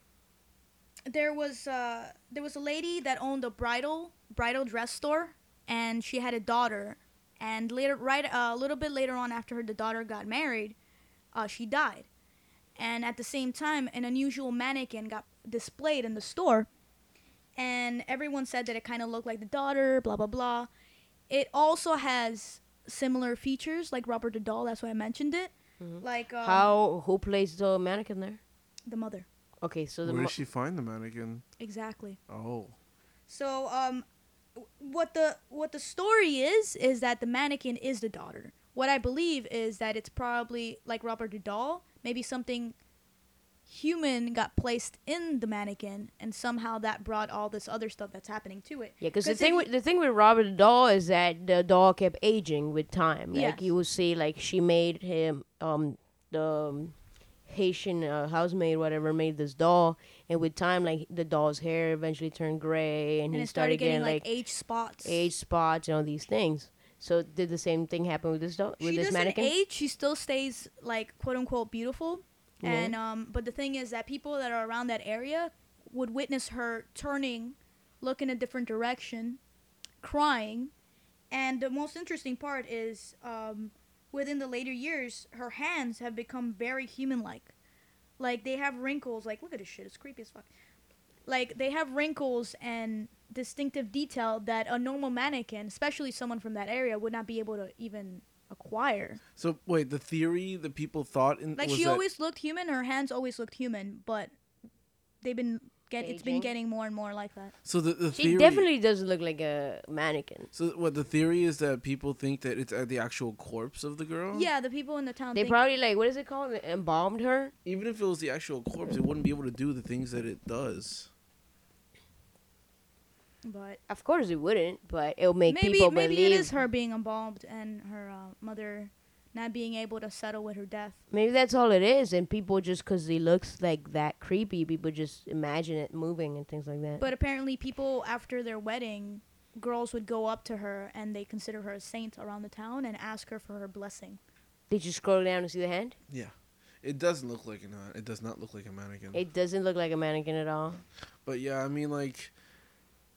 D: there was uh, there was a lady that owned a bridal bridal dress store, and she had a daughter. And later, right uh, a little bit later on, after her the daughter got married, uh, she died. And at the same time, an unusual mannequin got displayed in the store, and everyone said that it kind of looked like the daughter. Blah blah blah. It also has similar features like Robert the doll. That's why I mentioned it. Like um,
E: How? Who plays the mannequin there?
D: the mother.
E: Okay, so the
F: Where
E: mo-
F: did she find the mannequin?
D: Exactly.
F: Oh,
D: So um, w- what the what the story is is that the mannequin is the daughter. What I believe is that it's probably like Robert the doll. Maybe something human got placed in the mannequin, and somehow that brought all this other stuff that's happening to it.
E: yeah, because the
D: 'Cause
E: thing
D: if-
E: with, the thing with Robert the doll is that the doll kept aging with time. Like
D: Yes.
E: you will see, like she made him um the um, Haitian uh, housemaid, whatever, made this doll, and with time, like the doll's hair eventually turned gray, and,
D: and
E: he
D: it started getting like,
E: age,
D: age spots.
E: spots and all these things. So did the same thing happen with this doll with
D: she
E: this
D: doesn't
E: mannequin?
D: age. She still stays like quote unquote beautiful. And um, but the thing is that people that are around that area would witness her turning, look in a different direction, crying, and the most interesting part is um, within the later years, her hands have become very human-like. Like they have wrinkles. Like look at this shit. It's creepy as fuck. Like they have wrinkles and distinctive detail that a normal mannequin, especially someone from that area, would not be able to even acquire.
F: So wait, the theory that people thought in
D: Like
F: was
D: she
F: that-
D: always looked human. Her hands always looked human, but they've been get it's been
E: Aging.
D: getting more and more like that.
F: So the, the
E: She
F: theory.
E: definitely doesn't look like a mannequin.
F: So what the theory is that people think that it's uh, the actual corpse of the girl.
D: Yeah, the people in the town.
E: They
D: think-
E: probably like what is it called? Embalmed her.
F: Even if it was the actual corpse, it wouldn't be able to do the things that it does.
D: but
E: Of course it wouldn't, but it'll make
D: maybe
E: people
D: maybe
E: believe.
D: it is her being embalmed and her uh, mother not being able to settle with her death.
E: Maybe that's all it is, and people just because he looks like that creepy, people just imagine it moving and things like that.
D: But apparently, people after their wedding, girls would go up to her and they consider her a saint around the town and ask her for her blessing.
E: did you scroll down and see the hand?
F: It doesn't look like an. uh, It does not look like a mannequin.
E: It doesn't look like a mannequin at
F: <laughs>
E: all.
F: But yeah, I mean, like,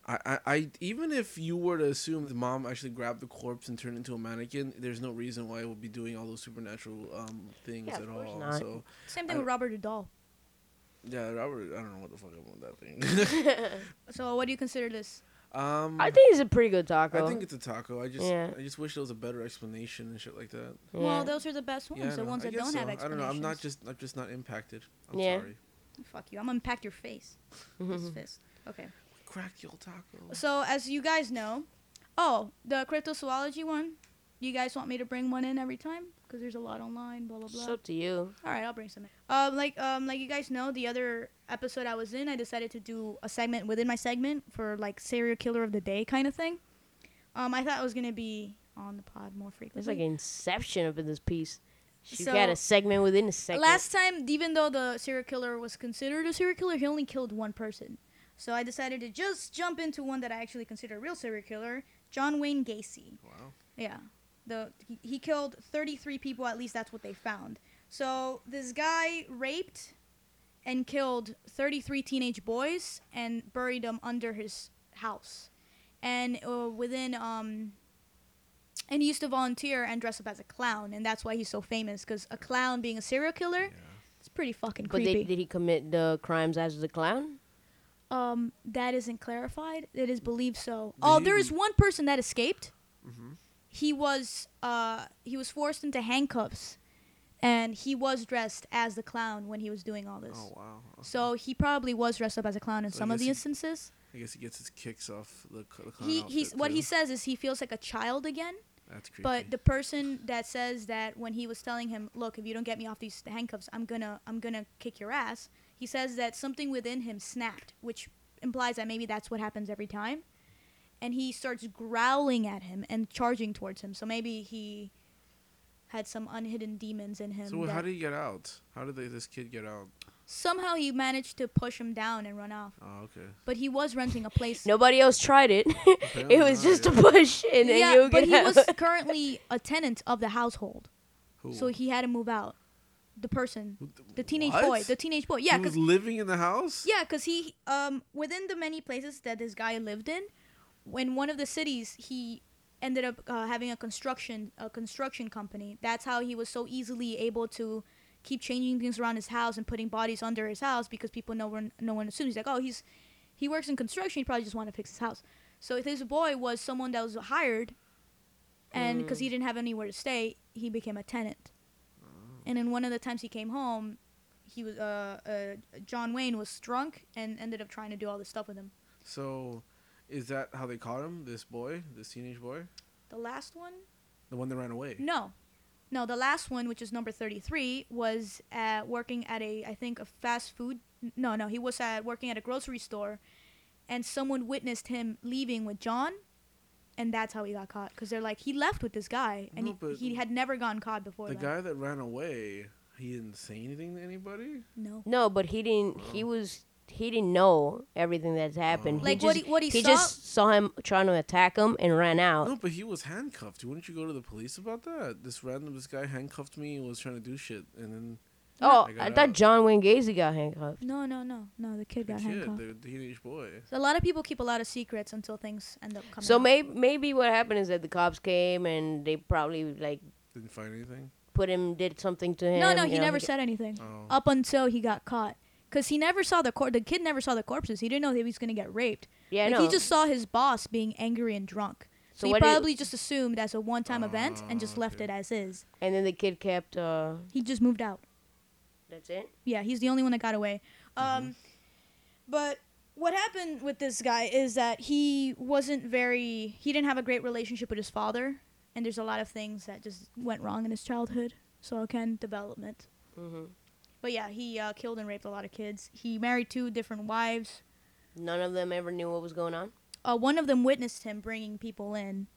F: I, I, I, even if you were to assume the mom actually grabbed the corpse and turned into a mannequin, there's no reason why it would be doing all those supernatural um things
E: Yeah, of
F: at
E: course
F: all.
E: not.
F: So
D: Same thing
F: I-
D: with Robert the doll.
F: yeah, Robert, I don't know what the fuck I want that
E: <laughs>
F: thing. <laughs>
D: So, what do you consider this?
F: um,
E: I think it's a pretty good taco.
F: I think it's a taco. I just,
E: Yeah.
F: I just wish there was a better explanation and shit like that.
E: yeah.
D: Well, those are the best ones.
F: Yeah, I
D: the
F: know.
D: ones
F: I
D: that
F: guess
D: don't have
F: so. I don't
D: explanations.
F: know. I'm not just, I'm just not impacted. I'm
E: Yeah.
F: sorry.
D: Fuck you. I'm gonna impact
F: <laughs>
D: your face. His fist. Okay.
F: Crack your taco.
D: So as you guys know, oh, the cryptozoology one. You guys want me to bring one in every time? Because there's a lot online. Blah blah blah.
E: it's up to you.
D: All right, I'll bring some. in. Um, like um, like you guys know, the other episode I was in, I decided to do a segment within my segment for like serial killer of the day kind of thing. Um, I thought I was gonna be on the pod more frequently.
E: It's like Inception up in this piece. She
D: Mm-hmm. So-
E: got a segment within a segment.
D: Last time, even though the serial killer was considered a serial killer, he only killed one person. So I decided to just jump into one that I actually consider a real serial killer, John Wayne Gacy.
F: Wow.
D: Yeah. The he, he killed 33 people at least that's what they found. So this guy raped and killed 33 teenage boys and buried them under his house. And uh, within um and he used to volunteer and dress up as a clown and that's why he's so famous cuz a clown being a serial killer it's pretty fucking
E: but
D: creepy.
E: they, did he commit the crimes as a clown?
D: Um, that isn't clarified. It is believed so.
F: Did
D: Oh,
F: he-
D: there is one person that escaped.
F: Mhm.
D: He was uh he was forced into handcuffs, and he was dressed as the clown when he was doing all this.
F: Oh wow. Okay.
D: So he probably was dressed up as a clown in
F: So I
D: some
F: guess
D: of the
F: he-
D: instances.
F: I guess he gets his kicks off the. c- the clown
D: He
F: outfit,
D: he's what he
F: too.
D: says is he feels like a child again.
F: That's creepy.
D: But the person that says that when he was telling him, "Look, if you don't get me off these handcuffs, I'm gonna, I'm gonna kick your ass," he says that something within him snapped, which implies that maybe that's what happens every time. And he starts growling at him and charging towards him. So maybe he had some unhidden demons in him.
F: So wait,
D: that
F: how did he get out? How did they, this kid get out?
D: somehow he managed to push him down and run off.
F: Oh, okay.
D: But he was renting a
F: <laughs>
D: place.
E: Nobody else tried it. <laughs> it was
F: not,
E: just a push, and then
D: yeah,
E: you
D: but
E: get
D: he
E: out. <laughs>
D: was currently a tenant of the household,
F: Who?
D: so he had to move out. The person.
F: Who-
D: The teenage
F: what?
D: boy, the teenage boy. Yeah,
F: he was
D: because
F: living in the house.
D: yeah, because he um within the many places that this guy lived in, when one of the cities he ended up uh, having a construction a construction company. That's how he was so easily able to keep changing things around his house and putting bodies under his house because people know one no one assumes he's like oh he's he works in construction. He probably just wanted to fix his house. So this boy was someone that was hired, and because he didn't have anywhere to stay, he became a tenant. And then one of the times he came home, he was uh, uh John Wayne was drunk and ended up trying to do all this stuff with him.
F: So, is that how they caught him? This boy, this teenage boy,
D: The last one?
F: the one that ran away.
D: No, no. The last one, which is number thirty-three, was uh, working at a I think a fast food. No, no, he was at working at a grocery store, and someone witnessed him leaving with John, and that's how he got caught. Because they're like he left with this guy, and
F: No,
D: he-
F: but
D: he, had never gotten caught before.
F: The
D: that.
F: guy that ran away, he didn't say anything to anybody.
D: No.
E: No, but he didn't. He was. He didn't know everything that's happened.
D: Mm. Like
E: he
D: what
E: just,
D: he- what he saw- Mm.
E: just saw him trying to attack him and ran out.
F: No, but he was handcuffed. Wouldn't you go to the police about that? This random, this guy handcuffed me and was trying to do shit, and then
E: oh,
F: I got
E: I,
F: out.
E: thought John Wayne Gacy got handcuffed.
D: No, no, no, no. The kid
F: the
D: got
F: kid,
D: handcuffed.
F: the teenage boy.
D: So a lot of people keep a lot of secrets until things end up coming.
E: So
D: out.
E: maybe maybe what happened is that the cops came and they probably like
F: Didn't find anything.
E: put him did something to him.
D: No, no,
E: you
D: he
E: know,
D: never
E: d-
D: said anything
F: Oh.
D: up until he got caught. Cause he never saw the cor- the kid never saw the corpses. He didn't know that he was gonna get raped.
E: Yeah,
D: like,
E: no.
D: he just saw his boss being angry and drunk.
E: So
D: So, he
E: what did-
D: probably just assumed that's a one-time event and just left it as is.
E: And then the kid kept. uh
D: He just moved out.
E: That's it.
D: Yeah, he's the only one that got away. Um, but what happened with this guy is that he wasn't very. He didn't have a great relationship with his father, and there's a lot of things that just went wrong in his childhood. So again, development.
E: Mm-hmm.
D: But yeah, he uh, killed and raped a lot of kids. He married two different wives.
E: None of them ever knew what was going on.
D: Uh, one of them witnessed him bringing people in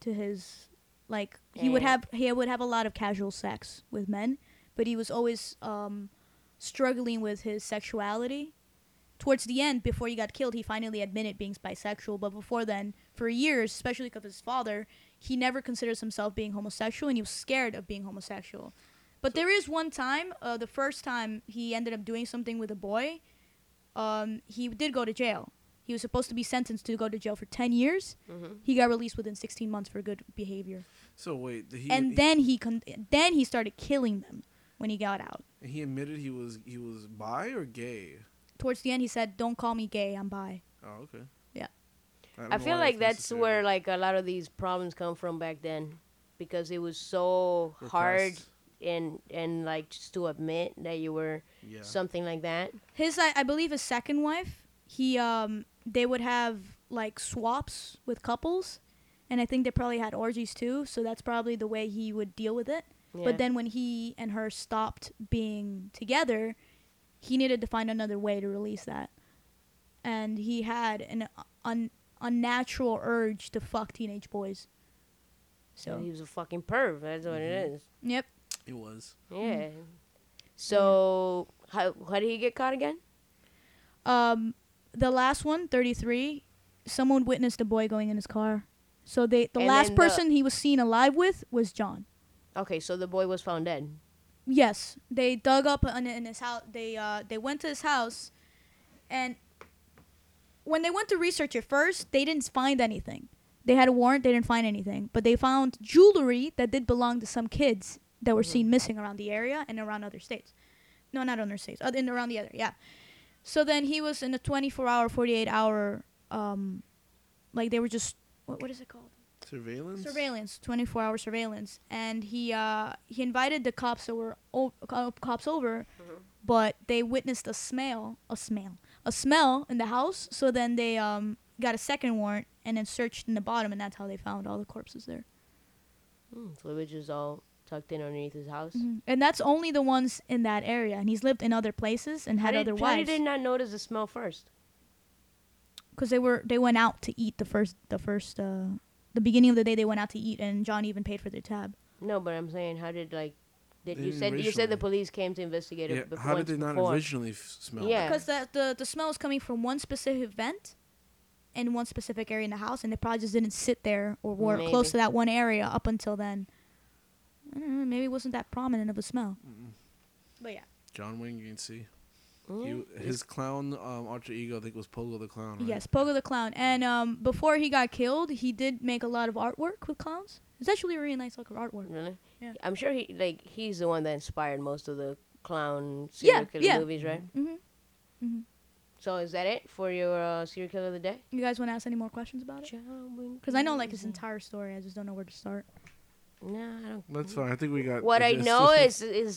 D: to his like he would
E: Yeah.
D: have he would have a lot of casual sex with men, but he was always um, struggling with his sexuality. Towards the end, before he got killed, he finally admitted being bisexual. But before then, for years, especially because of his father, he never considers himself being homosexual, and he was scared of being homosexual. But there is one time, uh, the first time he ended up doing something with a boy, um, he did go to jail. He was supposed to be sentenced to go to jail for 10 years. He got released within 16 months for good behavior.
F: So wait, he
D: and then he con- then he started killing them when he got out.
F: he, he admitted he was he was bi or gay.
D: Towards the end, he said, "Don't call me gay. I'm bi."
F: Oh, okay.
D: Yeah.
F: don't
E: I
F: know
E: feel
F: why
E: like that's
F: necessary.
E: where like a lot of these problems come from back then, because it was so hard
F: Repressed.
E: and and like just to admit that you were
F: Yeah.
E: something like that.
D: His, I, I believe, his second wife. He, um, they would have like swaps with couples, and I think they probably had orgies too. So that's probably the way he would deal with it.
E: Yeah.
D: But then when he and her stopped being together, he needed to find another way to release that. And he had an un- unnatural urge to fuck teenage boys.
E: So he
D: So,
E: was a fucking perv. That's what it
F: Mm-hmm.
E: is.
D: yep.
F: it was.
E: Yeah.
D: Mm-hmm.
E: So how how did he get caught again?
D: Um, the last one, 33, someone witnessed a boy going in his car. So they the
E: And
D: last
E: then the-
D: person he was seen alive with was John.
E: Okay, so the boy was found dead.
D: Yes, they dug up in, in his house. They uh, they went to his house, and when they went to research it first, they didn't find anything. They had a warrant. They didn't find anything, but they found jewelry that did belong to some kids that were seen missing around the area and around other states. No, not other states. Other in around the other. Yeah. So then he was in a 24-hour, 48-hour, um, like they were just what, what is it called?
F: Surveillance.
D: surveillance 24 hour surveillance and he uh he invited the cops that were o- co- cops over but they witnessed a smell a smell a smell in the house so then they um got a second warrant and then searched in the bottom and that's how they found all the corpses there
E: Hmm, So it was just all tucked in underneath his house.
D: Mm-hmm. and that's only the ones in that area and he's lived in other places and
E: How
D: had
E: did,
D: other
E: how did
D: wives
E: they not notice the smell first?
D: because they were they went out to eat the first the first uh the beginning of the day they went out to eat and john even paid for their tab
E: No, but I'm saying how did like did
F: They
E: you
F: didn't
E: said you said the
F: originally.
E: police came to investigate it
F: Yeah.
E: before,
F: How did they not
E: before.
F: originally f- smell?
E: Yeah.
D: because the, the the smell is coming from one specific vent in one specific area in the house and they probably just didn't sit there or were
E: Maybe.
D: close to that one area up until then I don't know, maybe it wasn't that prominent of a smell but yeah
F: John Wayne Gacy.
E: Mm-hmm.
F: He, his clown um, alter ego, I think, was Pogo the clown. Right?
D: yes pogo the clown and um, before he got killed he did make a lot of artwork with clowns it's actually a really nice look of artwork
E: Really?
D: Yeah.
E: I'm sure he like he's the one that inspired most of the clown serial
D: Yeah,
E: killer
D: yeah.
E: movies, right?
D: Mhm. Mhm.
E: So is that it for your uh, serial killer of the day?
D: you guys want to ask any more questions about it because i know like his entire story i just don't know where to start
E: No, I don't.
F: That's fine. I think we got.
E: What
F: the
E: I
F: gist.
E: know is is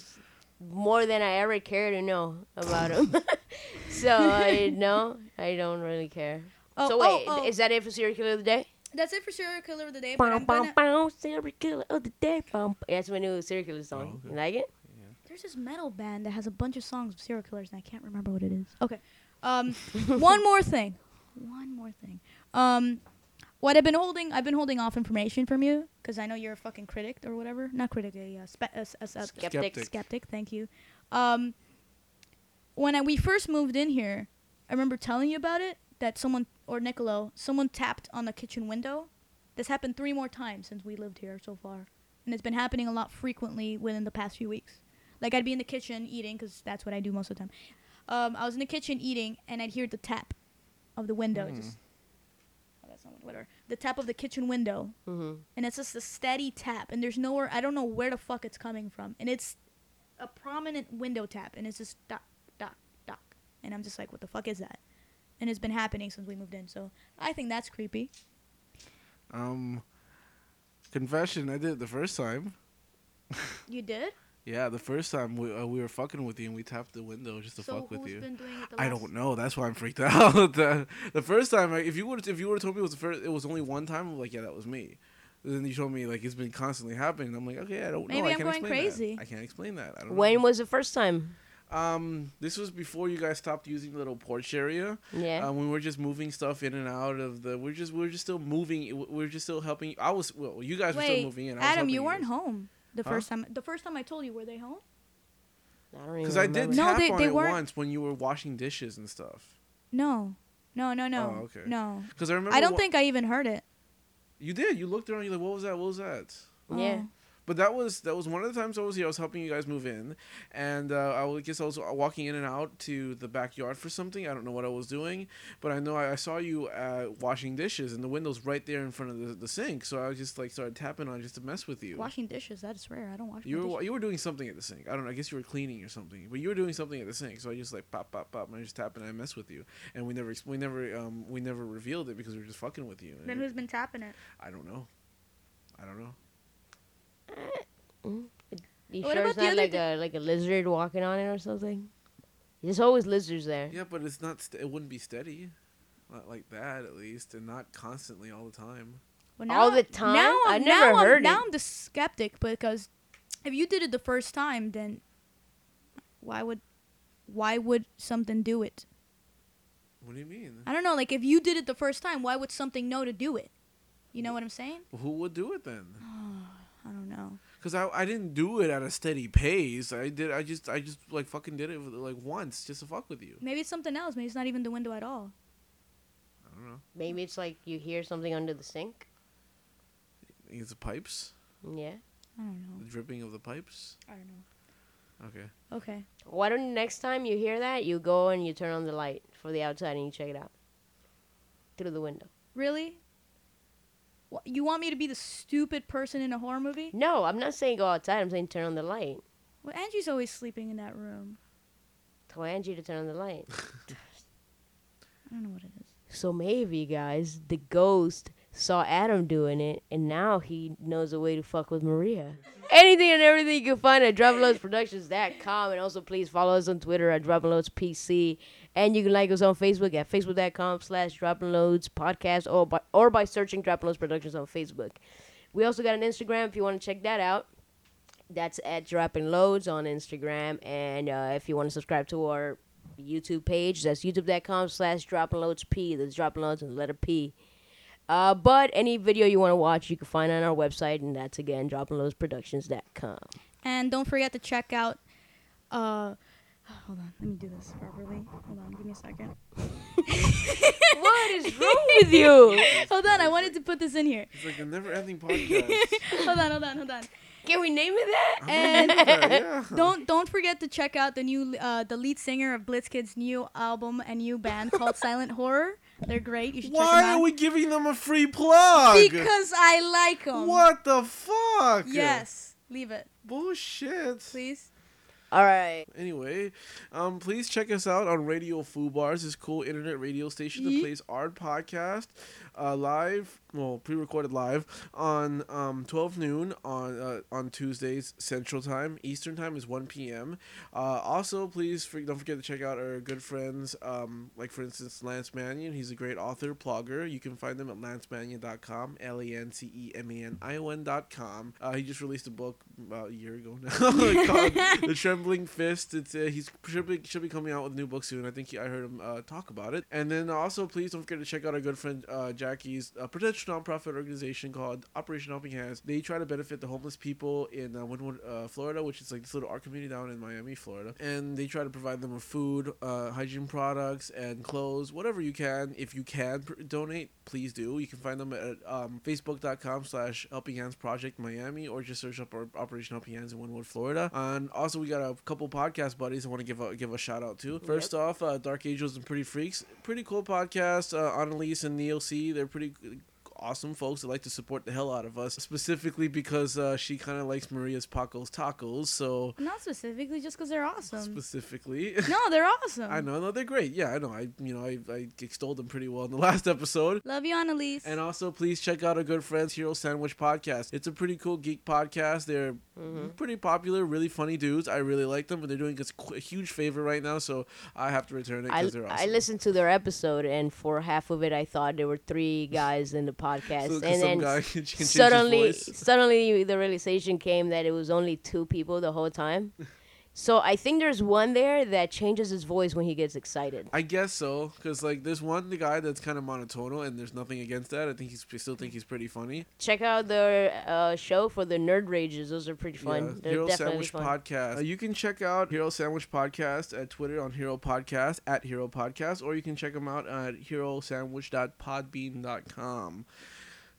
E: more than I ever care to know about him. <laughs> so
D: <laughs>
E: I know I don't really care.
D: Oh,
E: so
D: oh,
E: wait,
D: oh.
E: is that it for serial killer of the day?
D: that's it for serial killer of the day but
E: Bum,
D: I'm
E: bum,
D: gonna,
E: bum, serial killer of the day. Bum. That's my new serial killer song.
F: Oh, okay.
E: You like it?
D: There's this metal band that has a bunch of songs of serial killers, and I can't remember what it is. Okay. Um, one more thing. One more thing. Um, what I've been holding, I've been holding off information from you because I know you're a fucking critic or whatever. Not critic, a, uh, spe- a, s- a s- a
E: Skeptic.
F: Skeptic.
D: skeptic. Thank you. Um, when I, we first moved in here, I remember telling you about it that someone or Niccolo, someone tapped on the kitchen window. This happened three more times since we lived here so far, and it's been happening a lot frequently within the past few weeks. Like I'd be in the kitchen eating because that's what I do most of the time. Um, I was in the kitchen eating and I'd hear the tap of the window. Just oh, that's not what- whatever. The tap of the kitchen window,
E: Mhm.
D: and it's just a steady tap, and there's nowhere. I don't know where the fuck it's coming from, and it's a prominent window tap, and it's just dot dot dot, and I'm just like, what the fuck is that? And it's been happening since we moved in, so I think that's creepy.
F: <laughs> Um, confession, I did it the first time.
D: You did?
F: Yeah, the first time we uh, we were fucking with you and we tapped the window just to
D: so
F: fuck with
D: who's
F: you.
D: been doing it the
F: I
D: last-
F: don't know. That's why I'm freaked <laughs> out. the, the first time, like, if you would if you would have told me it was the first, it was only one time. I'm like, yeah, that was me. And then you told me like it's been constantly happening. I'm like, okay, I don't know.
D: Maybe
F: I
D: I'm
F: can't
D: going
F: explain
D: crazy.
F: That. I can't explain that. I don't
E: When
F: know.
E: was the first time?
F: Um, this was before you guys stopped using the little porch area.
E: Yeah.
F: Um, we were just moving stuff in and out of the. We're just we're just still moving. we- We're just still helping. I was well. You guys were
D: Wait,
F: still moving in. I was
D: Adam,
F: helping
D: you weren't home the
F: Huh?
D: first time. The first time I told you, were they home?
F: Because I did
E: No.
D: No,
F: tap
D: they-
F: on
D: they
F: it
D: weren't-
F: once when you were washing dishes and stuff.
D: No, no, no, no,
F: Oh, okay.
D: no.
F: Because I remember.
D: I don't
F: wa-
D: think I even heard it.
F: you did. You looked around. You're like, what was that? What was that?
E: Yeah.
D: Oh.
F: But that was that was one of the times I was here. I was helping you guys move in, and uh, I would- guess I was walking in and out to the backyard for something. I don't know what I was doing, but I know I, I saw you uh, washing dishes, and the window's right there in front of the, the sink. So I just like started tapping on it just to mess with you.
D: Washing dishes, that's rare. I don't wash.
F: You
D: my
F: were wa-
D: dishes.
F: you were doing something at the sink. I don't know. I guess you were cleaning or something. But you were doing something at the sink. So I just like pop pop pop, and I just tap and I mess with you. And we never ex- we never um we never revealed it because we were just fucking with you. And
D: Then who's been tapping it?
F: I don't know. I don't know.
E: You
D: What
E: Mm. sure
D: about
E: it's
D: the
E: not
D: other
E: like
D: d-
E: a like a lizard walking on it or something? There's always lizards there.
F: Yeah, but it's not. St- it wouldn't be steady, not like that at least, and not constantly all the time.
D: Well,
E: All the time?
D: Now,
E: I
D: I'm-
E: never
D: now I'm-
E: heard
D: Now
E: it.
D: I'm the skeptic because if you did it the first time, then why would why would something do it?
F: What do you mean?
D: I don't know. Like if you did it the first time, why would something know to do it? You know what I'm saying?
F: Who would do it then?
D: I don't know.
F: Because I, I didn't do it at a steady pace. I did. I just I just like fucking did it with, like once just to fuck with you.
D: Maybe it's something else. Maybe it's not even the window at all.
F: I don't know.
E: Maybe it's like you hear something under the sink.
F: I think it's the pipes,
E: Yeah.
D: I don't know.
F: the dripping of the pipes.
D: I don't know.
F: Okay.
D: Okay.
E: Why don't next time you hear that, you go and you turn on the light for the outside and you check it out through the window?
D: Really? Wha you want me to be the stupid person in a horror movie?
E: No, I'm not saying go outside. I'm saying turn on the light.
D: Well, Angie's always sleeping in that room.
E: Tell Angie to turn on the light.
D: I don't know what it is.
E: So maybe, guys, the ghost saw Adam doing it, and now he knows a way to fuck with Maria. Anything and everything you can find at DropLoadsProductions.com. And also, please follow us on Twitter at DropLoadsPC. And you can like us on Facebook at Facebook.com slash DropLoads Podcast or by, or by searching DropLoads Productions on Facebook. We also got an Instagram if you want to check that out. That's at Dropping Loads on Instagram. And uh, if you want to subscribe to our YouTube page, that's youtube.com slash Dropping Loads P. That's Dropping Loads and the letter P. Uh, but any video you want to watch, you can find on our website. And that's again, droppingloadsproductions.com.
D: And don't forget to check out. Uh, <sighs> hold on, let me do this properly. Hold on, give me
F: <laughs>
D: a second.
E: What is wrong <laughs> with you?
D: <laughs> Hold on, I wanted to put this in here.
F: It's like a never-ending
D: <laughs>
F: podcast.
D: Hold on, hold on, hold on.
E: Can we name it that? <laughs>
D: And
F: yeah.
D: don't don't forget to check out the new uh, the lead singer of Blitzkid's new album and new band called Silent Horror. They're great. You should check
F: Why
D: them out.
F: are we giving them a free plug?
D: because I like them.
F: what the fuck?
D: Yes. Leave it,
F: Bullshit.
D: please.
E: All right.
F: Anyway, um, please check us out on Radio Foo Bars, this cool internet radio station that
D: Yeet.
F: plays our podcast uh, live, well, pre-recorded live on um, 12 noon on uh, on Tuesdays Central Time. Eastern Time is 1 p.m. Uh, also, please for, don't forget to check out our good friends, um, like for instance Lance Mannion. He's a great author, blogger. You can find him at lancemannion.com, E L-A-N-C-E-M-A-N-I-O-N.com. Uh, he just released a book about a year ago <laughs> now called The Trembling Fist. It's uh, he's should be, should be coming out with a new book soon. I think he, I heard him uh, talk about it. And then also, please don't forget to check out our good friend uh, Jackie's uh, potential nonprofit organization called Operation Helping Hands. They try to benefit the homeless people in uh, Wynwood, uh, Florida, which is like this little art community down in Miami, Florida. And they try to provide them with food, uh, hygiene products, and clothes, whatever you can. If you can pr- donate, please do. You can find them at um, facebook.com slash Helping Hands Project Miami or just search up our Operation Helping Hands in Wynwood, Florida. And also, we got a couple podcast buddies I want to give a, give a shout out to. First off, uh, Dark Angels and Pretty Freaks. Pretty cool podcast. Uh, Annalise and Neil C. They're pretty awesome folks that like to support the hell out of us, specifically because uh, she kind of likes Maria's Paco's Tacos. So
D: Not specifically, just because they're awesome.
F: specifically. <laughs>
D: No, they're awesome.
F: I know, no, they're great. Yeah, I know. I, you know, I, I extolled them pretty well in the last <laughs> episode.
D: Love you, Annalise.
F: And uh, also, please check out our good friends Hero Sandwich Podcast. It's a pretty cool geek podcast. They're
E: Mm-hmm.
F: pretty popular, really funny dudes. I really like them, but they're doing us qu- a huge favor right now, so I have to return it
E: I,
F: because they're awesome.
E: I listened to their episode, and for half of it, I thought there were three guys in the
F: So,
E: podcast,
F: 'cause
E: and
F: some
E: then
F: guy <laughs> can change his
E: suddenly,
F: voice.
E: suddenly, the realization came that it was only two people the
F: <laughs>
E: whole time. so I think there's one there that changes his voice when he gets excited.
F: I guess so, because like there's one the guy that's kind of monotonal, and there's nothing against that. I think he's I still think he's pretty funny.
E: Check out their uh, show for the nerd rages; those are pretty fun.
F: Yeah,
E: They're
F: Hero
E: definitely
F: Sandwich
E: fun.
F: Podcast. Uh, you can check out Hero Sandwich Podcast at Twitter on Hero Podcast at Hero Podcast, or you can check them out at herosandwich.podbean.com.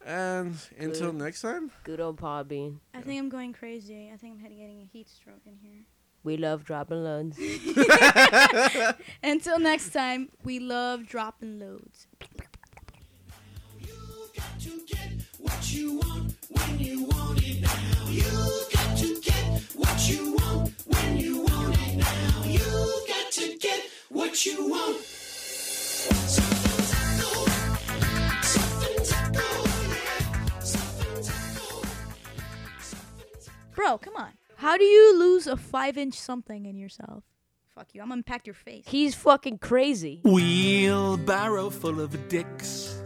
F: And until
E: Good.
F: next time,
E: Good old Podbean.
D: I think I'm going crazy. I think I'm getting a heat stroke in here.
E: We love dropping loads.
D: Until next time, we love dropping loads.
G: You've got to get what you want when you want it now. You've got to get what you want when you want it now. You've got to get what you want. Something's I Something's I Something's I Something's
D: Bro, come on. How do you lose a five inch something in yourself? Fuck you. I'm gonna pack your face.
E: He's fucking crazy.
H: Wheelbarrow full of dicks,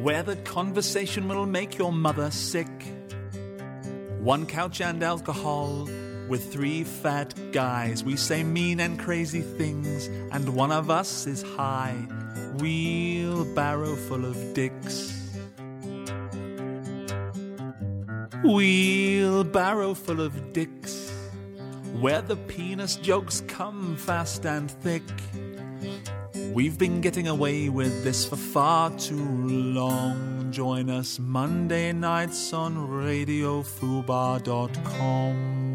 H: where the conversation will make your mother sick. One couch and alcohol, with three fat guys. We say mean and crazy things, and one of us is high. Wheelbarrow full of dicks. Wheelbarrow full of dicks, where the penis jokes come fast and thick. We've been getting away with this for far too long. Join us Monday nights on RadioFubar.com.